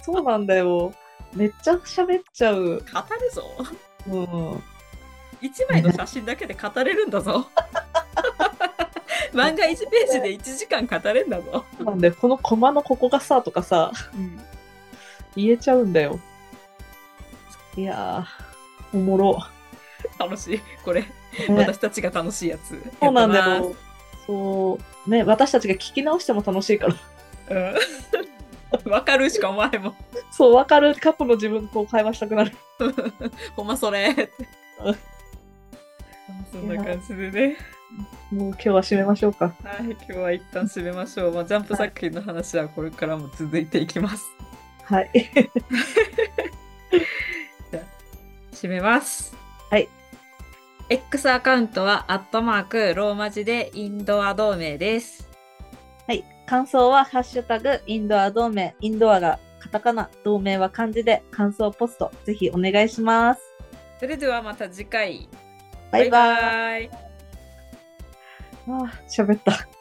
[SPEAKER 1] そうなんだよ。めっちゃ喋っちゃう。
[SPEAKER 2] 語るぞ。
[SPEAKER 1] うん。
[SPEAKER 2] 一枚の写真だけで語れるん だぞ。漫画1ページで1時間語れんだぞ。
[SPEAKER 1] なんで、このコマのここがさとかさ、言えちゃうんだよ。いやー、おもろ。
[SPEAKER 2] 楽しい。これ、
[SPEAKER 1] ね、
[SPEAKER 2] 私たちが楽しいやつ。
[SPEAKER 1] そうなんだ
[SPEAKER 2] やっ
[SPEAKER 1] よ。そう。ね、私たちが聞き直しても楽しいから。
[SPEAKER 2] てます。うん。わ かるしかお前も。
[SPEAKER 1] そう、わかる過去の自分とこう会話したくなる。
[SPEAKER 2] ほんまそれって
[SPEAKER 1] うん。
[SPEAKER 2] そんな感じでね。
[SPEAKER 1] もう今日は締めましょうか。
[SPEAKER 2] はい、今日は一旦締めましょう。まあ、ジャンプ作品の話はこれからも続いていきます。
[SPEAKER 1] はい。
[SPEAKER 2] 締めます。
[SPEAKER 1] はい。
[SPEAKER 2] X アカウントは、アットマーク、ローマ字でインドア同盟です。
[SPEAKER 1] はい。感想は、ハッシュタグ、インドア同盟、インドアがカタカナ、同盟は漢字で、感想ポスト、ぜひお願いします。
[SPEAKER 2] それではまた次回。
[SPEAKER 1] バイバイ。
[SPEAKER 2] バイバイ
[SPEAKER 1] あー、喋った。